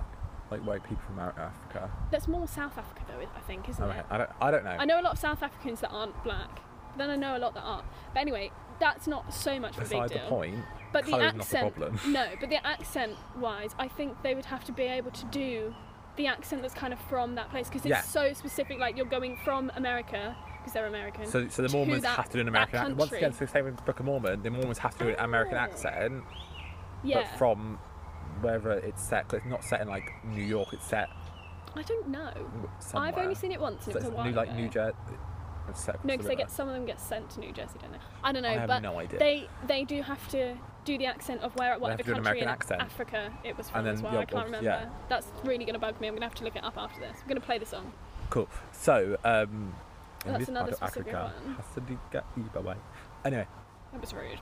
Speaker 2: like white people from Ar- Africa.
Speaker 1: That's more South Africa though, I think, isn't
Speaker 2: Okay,
Speaker 1: it?
Speaker 2: I don't I don't know.
Speaker 1: I know a lot of South Africans that aren't black. Then I know a lot that aren't. But anyway, that's not so much of a big
Speaker 2: Beside the
Speaker 1: deal.
Speaker 2: point,
Speaker 1: But the
Speaker 2: colour's not the
Speaker 1: accent,
Speaker 2: problem.
Speaker 1: no. But the accent wise, I think they would have to be able to do the accent that's kind of from that place because it's
Speaker 2: Yeah.
Speaker 1: so specific. Like you're going from America because they're American.
Speaker 2: So, so the
Speaker 1: to
Speaker 2: Mormons
Speaker 1: that-
Speaker 2: have to do an
Speaker 1: that
Speaker 2: American accent. Once
Speaker 1: country.
Speaker 2: again, it's the same with Book of Mormon. The Mormons have to do an American
Speaker 1: Oh.
Speaker 2: accent,
Speaker 1: yeah.
Speaker 2: but from wherever it's set. 'cause it's not set in like New York. It's set
Speaker 1: I don't know.
Speaker 2: somewhere.
Speaker 1: I've only seen it once and
Speaker 2: So
Speaker 1: it was
Speaker 2: it's
Speaker 1: a while
Speaker 2: New, like
Speaker 1: ago.
Speaker 2: New Jersey. It's set across
Speaker 1: No,
Speaker 2: the
Speaker 1: because they get
Speaker 2: river.
Speaker 1: some of them get sent to New Jersey, don't they? I don't know,
Speaker 2: I have
Speaker 1: but
Speaker 2: no idea.
Speaker 1: they they do have to do the accent of where at
Speaker 2: have
Speaker 1: whatever
Speaker 2: to do an
Speaker 1: country in
Speaker 2: American accent.
Speaker 1: Africa it was from
Speaker 2: then
Speaker 1: as well.
Speaker 2: you'll-
Speaker 1: I can't remember.
Speaker 2: yeah.
Speaker 1: That's really gonna bug me. I'm gonna have to look it up after this. I'm gonna play the song.
Speaker 2: Cool. So, um, in
Speaker 1: That's
Speaker 2: this
Speaker 1: another
Speaker 2: part of
Speaker 1: specific
Speaker 2: Africa,
Speaker 1: one.
Speaker 2: has to be get either way. Anyway,
Speaker 1: That was rude.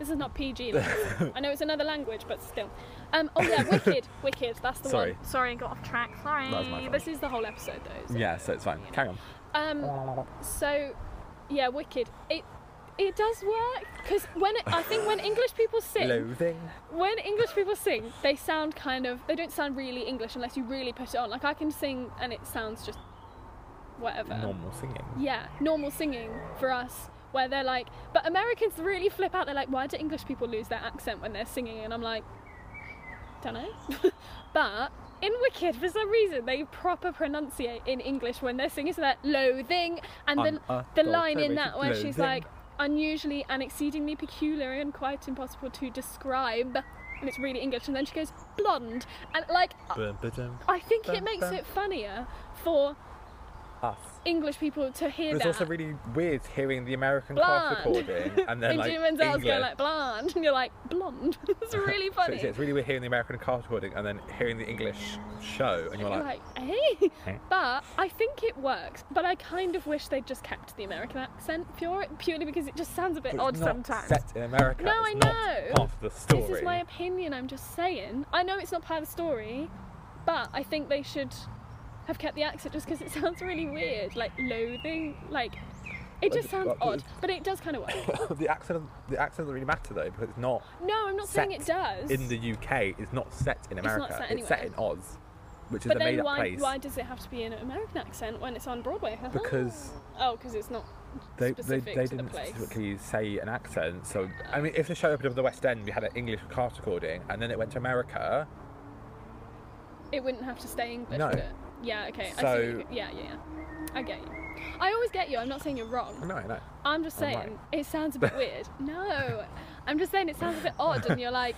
Speaker 1: This is not PG. Lance. I know it's another language, but still. Um, oh yeah, wicked, wicked. That's the
Speaker 2: Sorry.
Speaker 1: one. Sorry, I got off track. Sorry.
Speaker 2: That was my fault.
Speaker 1: this is the whole episode though. so-
Speaker 2: yeah, so it's fine.
Speaker 1: you know.
Speaker 2: Carry on.
Speaker 1: Um, So, yeah, wicked. It it does work because when it, I think when English people sing,
Speaker 2: Loathing.
Speaker 1: when English people sing, they sound kind of they don't sound really English unless you really put it on. Like I can sing and it sounds just whatever.
Speaker 2: Normal singing.
Speaker 1: Yeah, normal singing for us. Where they're like, but Americans really flip out. They're like, why do English people lose their accent when they're singing? And I'm like, don't know. but in Wicked, for some reason, they proper pronunciate in English when they're singing. So they're loathing, and then the line in that where she's like, unusually and exceedingly peculiar and quite impossible to describe, and it's really English. And then she goes blonde, and like,
Speaker 2: Bum-ba-dum.
Speaker 1: I think it
Speaker 2: Dun,
Speaker 1: makes
Speaker 2: dun.
Speaker 1: it funnier for
Speaker 2: us.
Speaker 1: English people to hear
Speaker 2: But it's
Speaker 1: that.
Speaker 2: also really weird hearing the American cast
Speaker 1: Blonde.
Speaker 2: recording and then
Speaker 1: and
Speaker 2: like
Speaker 1: Jim Menzel's
Speaker 2: English.
Speaker 1: going like blonde, and you're like blonde. it's really
Speaker 2: So
Speaker 1: funny.
Speaker 2: it's, it's really weird hearing the American cast recording and then hearing the English show and you're
Speaker 1: You're
Speaker 2: like,
Speaker 1: like, hey,
Speaker 2: Hey.
Speaker 1: but I think it works. But I kind of wish they'd just kept the American accent pure, purely because it just sounds a bit
Speaker 2: "But
Speaker 1: odd
Speaker 2: it's not
Speaker 1: sometimes.
Speaker 2: Set in America.
Speaker 1: No,
Speaker 2: it's
Speaker 1: I
Speaker 2: not
Speaker 1: know.
Speaker 2: Part of the story.
Speaker 1: This is my opinion. I'm just saying. I know it's not part of the story, but I think they should have kept the accent just because it sounds really weird, like loathing, like. It
Speaker 2: Well,
Speaker 1: just
Speaker 2: the-
Speaker 1: sounds
Speaker 2: well,
Speaker 1: odd, but it does kind of work.
Speaker 2: the accent, the accent doesn't really matter though because it's not
Speaker 1: No, I'm not saying it
Speaker 2: set
Speaker 1: does.
Speaker 2: in the UK. It's not set in
Speaker 1: not
Speaker 2: America.
Speaker 1: set
Speaker 2: It's set in
Speaker 1: anywhere.
Speaker 2: Oz, which is
Speaker 1: but
Speaker 2: a made
Speaker 1: then
Speaker 2: up
Speaker 1: why,
Speaker 2: place.
Speaker 1: why does it have to be in an American accent when it's on Broadway? Haha.
Speaker 2: Because
Speaker 1: oh, because it's not.
Speaker 2: they, they,
Speaker 1: specific
Speaker 2: they
Speaker 1: to the
Speaker 2: didn't
Speaker 1: place.
Speaker 2: specifically say an accent. So, I mean, if the show opened up in the West End, we had an English cast recording, and then it went to America,
Speaker 1: It wouldn't have to stay English,
Speaker 2: No.
Speaker 1: would it? Yeah. Okay. I see
Speaker 2: So-
Speaker 1: what you- yeah, yeah, yeah. I get you. I always get you. I'm not saying you're wrong.
Speaker 2: no, no.
Speaker 1: I'm just
Speaker 2: I'm
Speaker 1: saying,
Speaker 2: right.
Speaker 1: it sounds a bit weird. No, I'm just saying it sounds a bit odd, and you're like,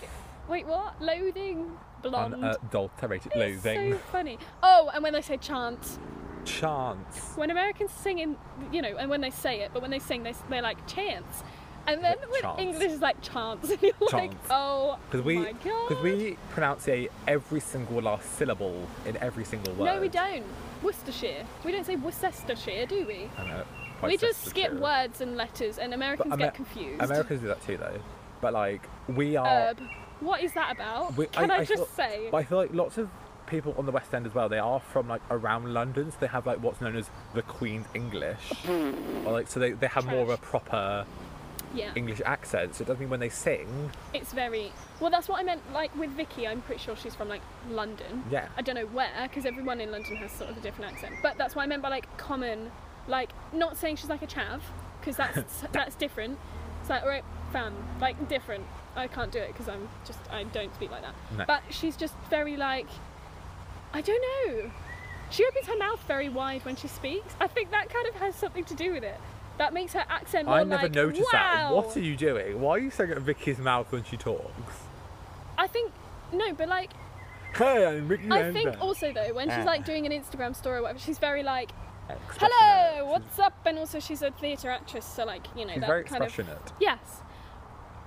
Speaker 1: wait, what? Loathing, blonde.
Speaker 2: Unadulterated
Speaker 1: It's
Speaker 2: uh, loathing.
Speaker 1: so funny. Oh, and when they say chant,
Speaker 2: Chance.
Speaker 1: when Americans sing in, you know, and when they say it, but when they sing, they, they're like chants. And then when
Speaker 2: Chants.
Speaker 1: English is like chants, and you're like,
Speaker 2: Chants.
Speaker 1: oh,
Speaker 2: Because we,
Speaker 1: my god.
Speaker 2: because we pronunciate every single last syllable in every single word.
Speaker 1: no, we don't. Worcestershire. We don't say Worcestershire, do we?
Speaker 2: I know.
Speaker 1: we just
Speaker 2: Worcestershire.
Speaker 1: skip words and letters, and Americans
Speaker 2: Amer-
Speaker 1: get confused.
Speaker 2: Americans do that too, though. But like, we are.
Speaker 1: Herb. What is that about?
Speaker 2: We-
Speaker 1: Can I, just
Speaker 2: feel-
Speaker 1: say?
Speaker 2: But I feel like lots of people on the West End as well. They are from like around London, so they have like what's known as the Queen's English, or like so they, they have more of a
Speaker 1: Trash.
Speaker 2: proper
Speaker 1: Yeah,
Speaker 2: English accent. So it doesn't mean when they sing,
Speaker 1: it's very well. That's what I meant. Like with Vicky, I'm pretty sure she's from like London.
Speaker 2: Yeah.
Speaker 1: I don't know where because everyone in London has sort of a different accent. But that's what I meant by like common. Like not saying she's like a chav because that's that's different. It's like right, fam, like different. I can't do it because I'm just I don't speak like that.
Speaker 2: No.
Speaker 1: But she's just very like I don't know. She opens her mouth very wide when she speaks. I think that kind of has something to do with it. That makes her accent more
Speaker 2: I never
Speaker 1: like,
Speaker 2: noticed that.
Speaker 1: wow.
Speaker 2: What are you doing? Why are you staring at Vicky's mouth when she talks?
Speaker 1: I think no, but like
Speaker 2: Hey, I'm Vicky.
Speaker 1: I think
Speaker 2: Lambert.
Speaker 1: also though when
Speaker 2: Ah.
Speaker 1: she's like doing an Instagram story or whatever, she's very like,
Speaker 2: Expressionate.
Speaker 1: "Hello, what's up?" And also she's a theatre actress, so like you know
Speaker 2: She's
Speaker 1: that
Speaker 2: very
Speaker 1: kind of
Speaker 2: expressionate.
Speaker 1: yes.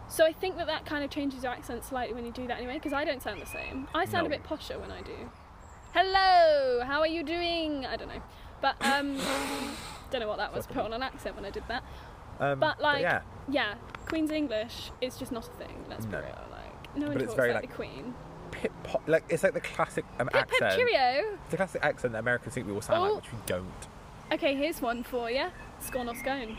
Speaker 1: So I think that that kind of changes your accent slightly when you do that anyway, because I don't sound the same. I sound
Speaker 2: No.
Speaker 1: a bit posher when I do. Hello, how are you doing? I don't know, but um, don't know what that was. Put on an accent when I did that.
Speaker 2: Um,
Speaker 1: But like,
Speaker 2: yeah,
Speaker 1: yeah. Queen's English is just not a thing. Let's be
Speaker 2: No.
Speaker 1: real. Like, no one
Speaker 2: But it's
Speaker 1: talks
Speaker 2: very,
Speaker 1: like,
Speaker 2: like,
Speaker 1: the Queen.
Speaker 2: pip, pop, like it's like the classic um,
Speaker 1: Pip
Speaker 2: accent.
Speaker 1: pip cheerio.
Speaker 2: It's the classic accent that Americans think we all sound
Speaker 1: Oh.
Speaker 2: like, which we don't.
Speaker 1: Okay, here's one for you. Scone or scone?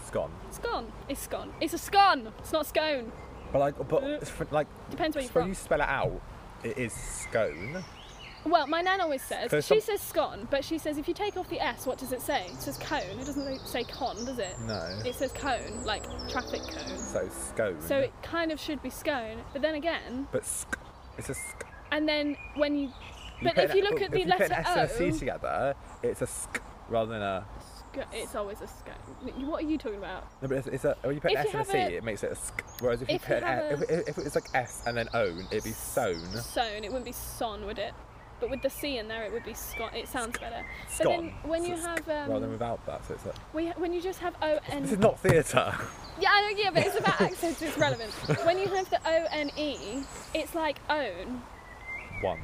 Speaker 2: It's gone.
Speaker 1: Scone. It's scone. It's a scone. It's not scone.
Speaker 2: But like, but
Speaker 1: Uh,
Speaker 2: it's fr- like
Speaker 1: depends where you're
Speaker 2: when
Speaker 1: from.
Speaker 2: you spell it out, it is scone.
Speaker 1: Well, my nan always says
Speaker 2: So
Speaker 1: she
Speaker 2: some-
Speaker 1: says scone, but she says if you take off the s, what does it say? It says cone. It doesn't say con, does it?
Speaker 2: No,
Speaker 1: It says cone, like traffic cone.
Speaker 2: so scone.
Speaker 1: So it kind of should be scone, but then again,
Speaker 2: but sk- it's a. Sk-
Speaker 1: and then when you, but
Speaker 2: put
Speaker 1: if
Speaker 2: an-
Speaker 1: you look at the
Speaker 2: if you put an
Speaker 1: letter
Speaker 2: S and a C
Speaker 1: O,
Speaker 2: together, it's a sk rather than a
Speaker 1: Go- It's always a sk. What are you talking about?
Speaker 2: No, but it's, it's a, when you put
Speaker 1: If
Speaker 2: S
Speaker 1: you
Speaker 2: and a
Speaker 1: have
Speaker 2: C,
Speaker 1: a-
Speaker 2: it makes it a sk. Whereas if you
Speaker 1: if you
Speaker 2: put an
Speaker 1: have
Speaker 2: F,
Speaker 1: a-
Speaker 2: if, if it's like S and then own, it'd be sewn.
Speaker 1: Sewn. It wouldn't be son, would it? But with the C in there, it would be scon. It sounds better. So
Speaker 2: Scon.
Speaker 1: then, when
Speaker 2: So
Speaker 1: you
Speaker 2: sk-
Speaker 1: have
Speaker 2: rather than
Speaker 1: um,
Speaker 2: without that, so it's like
Speaker 1: we, when you just have O N.
Speaker 2: this is not theatre.
Speaker 1: Yeah, I know, yeah, but it's about accents. It's relevant. When you have the O N E, it's like own
Speaker 2: One.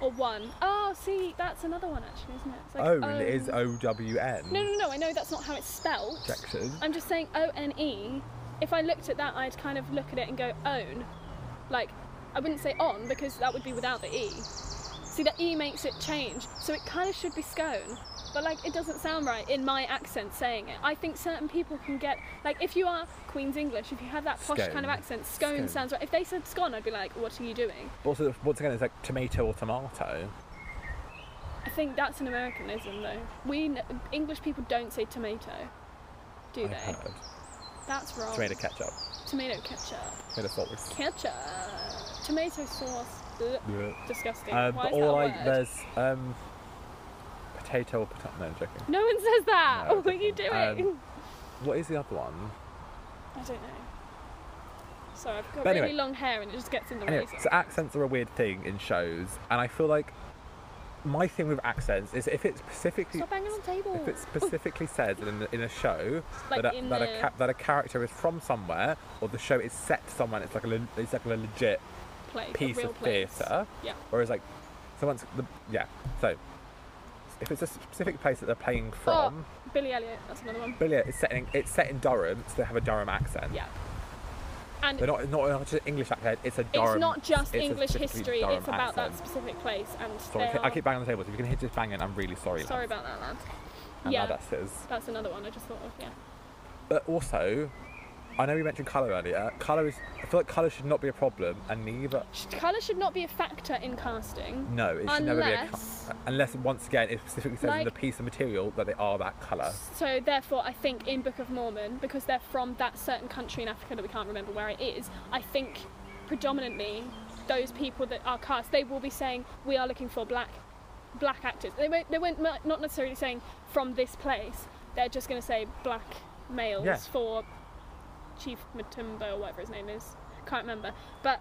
Speaker 1: or one. Oh, see, that's another one actually, isn't it? It's like
Speaker 2: own is
Speaker 1: own.
Speaker 2: O W N.
Speaker 1: No, no, no. I know that's not how it's spelled.
Speaker 2: Objection.
Speaker 1: I'm just saying O N E. If I looked at that, I'd kind of look at it and go own. Like, I wouldn't say on because that would be without the E. See, the E makes it change, so it kind of should be scone. But like, it doesn't sound right in my accent saying it. I think certain people can get like, if you are Queen's English, if you have that posh kind
Speaker 2: Scone.
Speaker 1: of accent, scone,
Speaker 2: Scone.
Speaker 1: sounds right. If they said scone, I'd be like, what are you doing?
Speaker 2: But also, once again, it's like tomato or tomato.
Speaker 1: I think that's an Americanism though. We kn- English people don't say tomato, do
Speaker 2: I've
Speaker 1: they?
Speaker 2: heard.
Speaker 1: That's wrong.
Speaker 2: Tomato ketchup.
Speaker 1: Tomato ketchup.
Speaker 2: Tomato sauce.
Speaker 1: ketchup, tomato sauce. Ugh,
Speaker 2: Yeah.
Speaker 1: disgusting.
Speaker 2: Um,
Speaker 1: Why
Speaker 2: but
Speaker 1: is that a
Speaker 2: all I
Speaker 1: word?
Speaker 2: there's um, potato or potato. No, I'm joking.
Speaker 1: No one says that.
Speaker 2: No,
Speaker 1: what are you doing?
Speaker 2: um, What is the other one?
Speaker 1: I don't know. Sorry, I've got
Speaker 2: but
Speaker 1: really
Speaker 2: anyway.
Speaker 1: long hair and it just gets in the
Speaker 2: Anyway,
Speaker 1: way.
Speaker 2: so accents are a weird thing in shows, and I feel like my thing with accents is if it's specifically
Speaker 1: Stop banging on the table.
Speaker 2: if it specifically says in, in a show
Speaker 1: Like
Speaker 2: that, a,
Speaker 1: in
Speaker 2: that,
Speaker 1: the-
Speaker 2: a ca- that a character is from somewhere or the show is set somewhere, and it's like a le- it's like a legit
Speaker 1: Place, a
Speaker 2: piece
Speaker 1: real
Speaker 2: of
Speaker 1: place.
Speaker 2: theatre.
Speaker 1: Yeah.
Speaker 2: Whereas like, so once the yeah, so if it's a specific place that they're playing from,
Speaker 1: Oh, Billy Elliot. That's another one.
Speaker 2: but yeah, it's set in it's set in Durham, so they have a Durham accent.
Speaker 1: Yeah. And
Speaker 2: They're not not, not just an English accent. It's a Durham.
Speaker 1: it's not just
Speaker 2: it's a
Speaker 1: English
Speaker 2: specifically
Speaker 1: history.
Speaker 2: Durham
Speaker 1: It's about that
Speaker 2: accent.
Speaker 1: specific place. And
Speaker 2: Sorry, I
Speaker 1: they
Speaker 2: keep- I
Speaker 1: are-
Speaker 2: keep banging on the table. So if you can hear just banging, I'm really sorry.
Speaker 1: Um, Sorry
Speaker 2: lads.
Speaker 1: about that, lads.
Speaker 2: And
Speaker 1: yeah.
Speaker 2: ladasses.
Speaker 1: That's another one I just thought of. Yeah.
Speaker 2: But also, I know we mentioned colour earlier. Colour is. I feel like colour should not be a problem, and neither.
Speaker 1: Color should not be a factor in casting.
Speaker 2: No, it should never be a
Speaker 1: Unless-
Speaker 2: colour. Unless, once again, it specifically says in the
Speaker 1: Like-
Speaker 2: piece of material that they are that colour.
Speaker 1: So therefore, I think in Book of Mormon, because they're from that certain country in Africa that we can't remember where it is, I think predominantly those people that are cast, they will be saying we are looking for black black actors. They won't, they won't mu- not necessarily saying from this place. They're just going to say black males
Speaker 2: Yeah.
Speaker 1: for Chief Matumbo or whatever his name is. Can't remember, but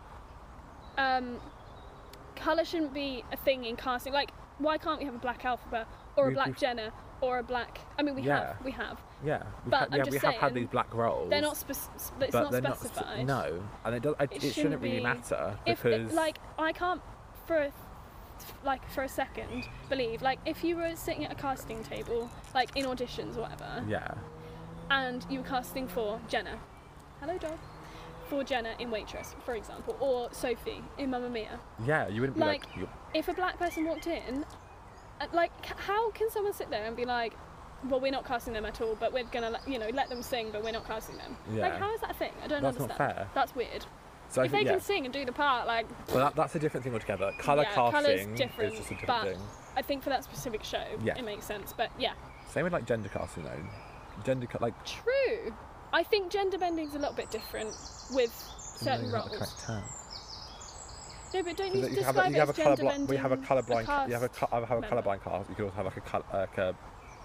Speaker 1: um, color shouldn't be a thing in casting. Like, why can't we have a black Alphaba or a
Speaker 2: We-
Speaker 1: black
Speaker 2: we've-
Speaker 1: Jenna or a black? I mean, we
Speaker 2: Yeah.
Speaker 1: have, we have.
Speaker 2: Yeah, we've
Speaker 1: But
Speaker 2: had,
Speaker 1: I'm
Speaker 2: yeah,
Speaker 1: just
Speaker 2: we have had
Speaker 1: saying,
Speaker 2: these black roles.
Speaker 1: They're not spec- s- it's
Speaker 2: but
Speaker 1: not
Speaker 2: they're
Speaker 1: specified.
Speaker 2: Not, s- no, and it, does, it, it,
Speaker 1: shouldn't
Speaker 2: shouldn't really
Speaker 1: be.
Speaker 2: matter
Speaker 1: If
Speaker 2: because
Speaker 1: it, like I can't for a, like for a second believe like if you were sitting at a casting table like in auditions or whatever
Speaker 2: yeah,
Speaker 1: and you were casting for Jenna. Hello, dog. For Jenna in Waitress, for example, or Sophie in Mamma Mia.
Speaker 2: yeah, you wouldn't be like,
Speaker 1: Like,
Speaker 2: you
Speaker 1: if a black person walked in, uh, like, c- how can someone sit there and be like, well, we're not casting them at all, but we're gonna, let- you know, let them sing, but we're not casting them. Like,
Speaker 2: Yeah.
Speaker 1: how is that a thing? I don't
Speaker 2: That's not
Speaker 1: understand.
Speaker 2: fair.
Speaker 1: That's weird.
Speaker 2: So I
Speaker 1: if they
Speaker 2: think, yeah.
Speaker 1: can sing and do the part, like,
Speaker 2: Well, that, that's a different thing altogether. Colour
Speaker 1: yeah, colour's
Speaker 2: casting
Speaker 1: different,
Speaker 2: is just a different
Speaker 1: but
Speaker 2: thing.
Speaker 1: I think for that specific show,
Speaker 2: Yeah.
Speaker 1: it makes sense. But yeah,
Speaker 2: Same with like gender casting though. Gender ca- like
Speaker 1: true. I think gender bending's a little bit different with certain
Speaker 2: is not
Speaker 1: roles.
Speaker 2: the correct term.
Speaker 1: No, but don't you,
Speaker 2: Because You
Speaker 1: describe
Speaker 2: have, a- you
Speaker 1: it
Speaker 2: have a
Speaker 1: as gender
Speaker 2: colorblind.
Speaker 1: bending?
Speaker 2: We have a colorblind. ca- You have a,
Speaker 1: cast
Speaker 2: co- have a
Speaker 1: member.
Speaker 2: colorblind cast. You could also have like a, col- like a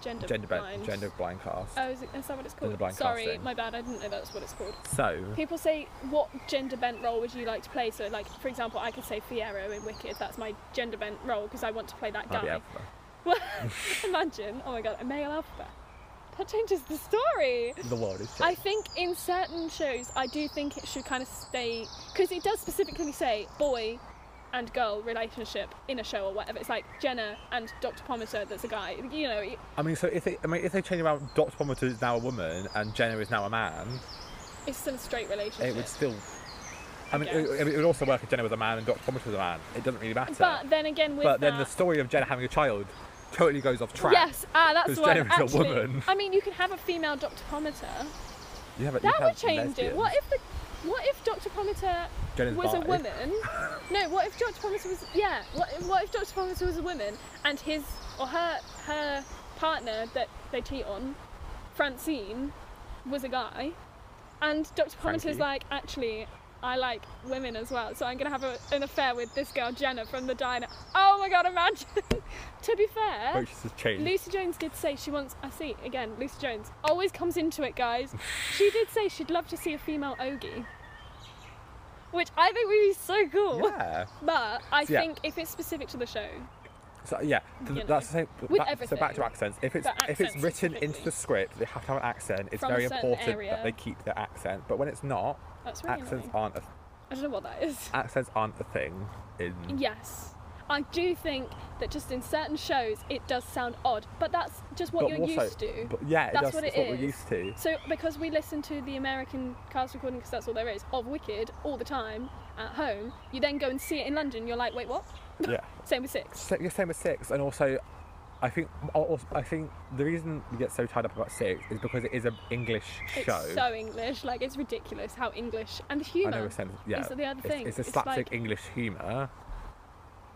Speaker 1: gender,
Speaker 2: gender
Speaker 1: blind.
Speaker 2: blind. gender blind cast.
Speaker 1: Oh, is, it, is that what it's called?
Speaker 2: Gender blind
Speaker 1: Sorry,
Speaker 2: casting.
Speaker 1: my bad. I didn't know that's what it's called.
Speaker 2: So
Speaker 1: People say, "What gender bent role would you like to play?" So, like for example, I could say Fiero in Wicked. That's my gender bent role because I want to play that
Speaker 2: that'd be
Speaker 1: guy.
Speaker 2: Alpha.
Speaker 1: Imagine, oh my god, a male alphabet. That changes the story.
Speaker 2: the world is.
Speaker 1: I
Speaker 2: shit.
Speaker 1: think in certain shows, I do think it should kind of stay because it does specifically say boy and girl relationship in a show or whatever. It's like Jenna and Dr. Pomaser. That's a guy. You know,
Speaker 2: I mean, so if they, I mean, if they change around, Dr. Pomato is now a woman and Jenna is now a man,
Speaker 1: it's still a straight relationship.
Speaker 2: it would still. I mean,
Speaker 1: guess.
Speaker 2: it, it would also work if Jenna was a man and Dr. Pomato was a man. It doesn't really matter.
Speaker 1: But then again, with
Speaker 2: But then the
Speaker 1: that-
Speaker 2: story of Jenna having a child totally goes off track.
Speaker 1: Yes, ah, that's
Speaker 2: 'Cause
Speaker 1: the one.
Speaker 2: Jenna is a
Speaker 1: Actually,
Speaker 2: woman.
Speaker 1: I mean, you can have a female Dr. Pometer.
Speaker 2: You have a- you
Speaker 1: That would
Speaker 2: have
Speaker 1: change it.
Speaker 2: lesbians.
Speaker 1: What if the, what if Dr. Pometer
Speaker 2: Jenna's
Speaker 1: was a
Speaker 2: bi.
Speaker 1: woman? no, what if Dr. Pometer was yeah? What, what if Dr. Pometer was a woman and his or her her partner that they cheat on, Francine, was a guy, and Dr. Pometer's
Speaker 2: Frankie.
Speaker 1: like actually. I like women as well, so I'm gonna have a, an affair with this girl Jenna from the diner. Oh my god, imagine! to be fair,
Speaker 2: Which has changed.
Speaker 1: Lucy Jones did say she wants. I see again. Lucy Jones always comes into it, guys. she did say she'd love to see a female Ogie, which I think would be so cool.
Speaker 2: yeah.
Speaker 1: But I
Speaker 2: So, yeah.
Speaker 1: think if it's specific to the show,
Speaker 2: So yeah, th-
Speaker 1: You know.
Speaker 2: that's the same.
Speaker 1: With
Speaker 2: back- so back
Speaker 1: everything.
Speaker 2: to accents. If it's
Speaker 1: But
Speaker 2: if it's
Speaker 1: accents
Speaker 2: written into
Speaker 1: specifically.
Speaker 2: the script, they have to have an accent. It's
Speaker 1: From a
Speaker 2: very
Speaker 1: certain
Speaker 2: important
Speaker 1: area.
Speaker 2: that they keep their accent. But when it's not,
Speaker 1: that's really
Speaker 2: accents
Speaker 1: annoying.
Speaker 2: aren't a,
Speaker 1: I don't know what that is.
Speaker 2: accents aren't a thing in
Speaker 1: Yes. I do think that just in certain shows it does sound odd, but that's just what
Speaker 2: but
Speaker 1: you're
Speaker 2: also-
Speaker 1: used to.
Speaker 2: But yeah, it
Speaker 1: That's
Speaker 2: does,
Speaker 1: what
Speaker 2: it's
Speaker 1: it
Speaker 2: what we're
Speaker 1: is.
Speaker 2: used to.
Speaker 1: So because we listen to the American cast recording, because that's all there is of Wicked all the time at home, you then go and see it in London. You're like, wait, what?
Speaker 2: yeah.
Speaker 1: Same with Six.
Speaker 2: So, yeah, same with six, and also, I think al- al- I think the reason we get so tied up about six is because it is an English
Speaker 1: It's
Speaker 2: show.
Speaker 1: so English, like it's ridiculous how English and the
Speaker 2: I
Speaker 1: humour.
Speaker 2: know we're saying yeah.
Speaker 1: Is that the other
Speaker 2: it's,
Speaker 1: thing?
Speaker 2: It's a
Speaker 1: It's
Speaker 2: slapstick
Speaker 1: like-
Speaker 2: English humour,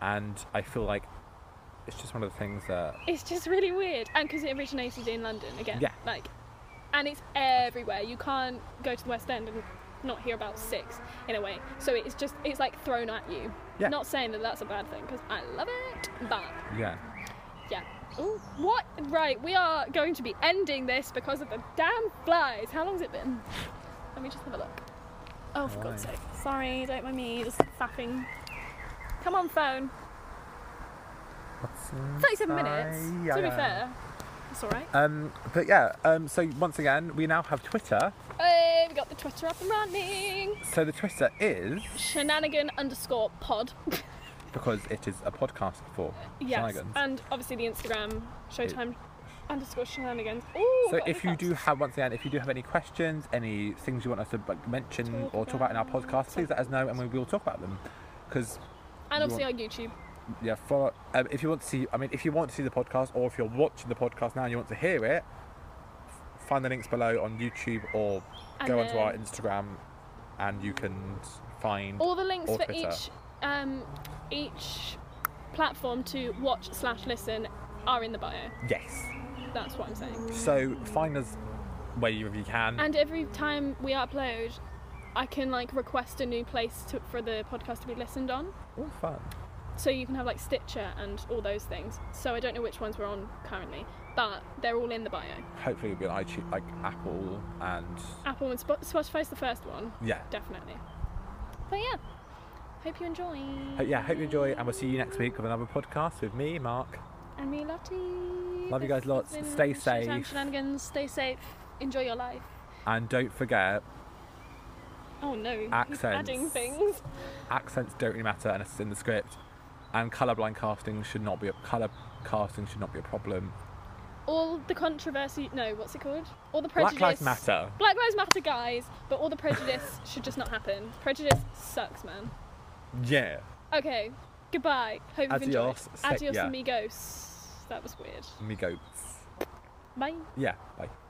Speaker 2: and I feel like it's just one of the things that
Speaker 1: It's just really weird, and because it originated in London again.
Speaker 2: Yeah.
Speaker 1: Like, and it's everywhere. You can't go to the West End and not hear about Six in a way. So it's just it's like thrown at you.
Speaker 2: Yeah.
Speaker 1: Not saying that that's a bad thing because I love it, but
Speaker 2: yeah.
Speaker 1: Yeah. Ooh, what? Right, we are going to be ending this because of the damn flies. How long's it been? Let me just have a look. Oh, for God's sake.
Speaker 2: Alright.
Speaker 1: Sorry, don't mind me. Just faffing. Come on, phone. 37 minutes.
Speaker 2: Aye,
Speaker 1: to be
Speaker 2: aye, aye.
Speaker 1: fair. That's alright.
Speaker 2: Um, but yeah, um, so once again, we now have Twitter.
Speaker 1: Hey, we got the Twitter up and running.
Speaker 2: So the Twitter is
Speaker 1: Shenanigan underscore pod.
Speaker 2: because it is a podcast for
Speaker 1: yes. Uh,
Speaker 2: shenanigans.
Speaker 1: And obviously the Instagram, Showtime underscore shenanigans. Ooh,
Speaker 2: so
Speaker 1: got a
Speaker 2: if you
Speaker 1: hiccup.
Speaker 2: do have once again, if you do have any questions, any things you want us to like, mention
Speaker 1: Talk
Speaker 2: or talk about in our
Speaker 1: about.
Speaker 2: podcast, please let us know and we will talk about them. Because
Speaker 1: And
Speaker 2: you
Speaker 1: obviously our YouTube.
Speaker 2: yeah, for um, if you want to see, I mean, if you want to see the podcast or if you're watching the podcast now and you want to hear it, f- find the links below on YouTube or
Speaker 1: And
Speaker 2: go onto our
Speaker 1: then-
Speaker 2: Instagram, and you can find
Speaker 1: all the links
Speaker 2: or
Speaker 1: for
Speaker 2: Twitter.
Speaker 1: each um, each platform to watch slash listen are in the bio.
Speaker 2: yes.
Speaker 1: That's what I'm saying.
Speaker 2: So find us where you, if you can.
Speaker 1: And every time we upload, I can like request a new place to, for the podcast to be listened on.
Speaker 2: All fun.
Speaker 1: So you can have like Stitcher and all those things. So I don't know which ones we're on currently, but they're all in the bio.
Speaker 2: Hopefully, it'll be on iTunes, like Apple, and
Speaker 1: Apple and Sp- Spotify's the first one,
Speaker 2: yeah,
Speaker 1: definitely. But yeah, hope you enjoy.
Speaker 2: Ho- yeah. Hope you enjoy, and we'll see you next week with another podcast with me, Mark.
Speaker 1: And me, Lottie.
Speaker 2: Love you
Speaker 1: This
Speaker 2: guys lots.
Speaker 1: has been
Speaker 2: Stay
Speaker 1: Showtime
Speaker 2: safe.
Speaker 1: Shenanigans. Stay safe. Enjoy your life.
Speaker 2: And don't forget,
Speaker 1: Oh no. he's
Speaker 2: Accents.
Speaker 1: Adding things.
Speaker 2: accents don't really matter unless it's in the script, and colorblind casting should not be a color casting should not be a problem.
Speaker 1: All the controversy. No, what's it called? All the prejudice.
Speaker 2: Black Lives Matter.
Speaker 1: Black Lives Matter, guys. But all the prejudice should just not happen. Prejudice sucks, man.
Speaker 2: Yeah.
Speaker 1: Okay. Goodbye. Hope you've enjoyed.
Speaker 2: Adios. Say-
Speaker 1: Adios,
Speaker 2: yeah.
Speaker 1: amigos. That was weird.
Speaker 2: Me goats.
Speaker 1: Bye.
Speaker 2: Yeah. Like.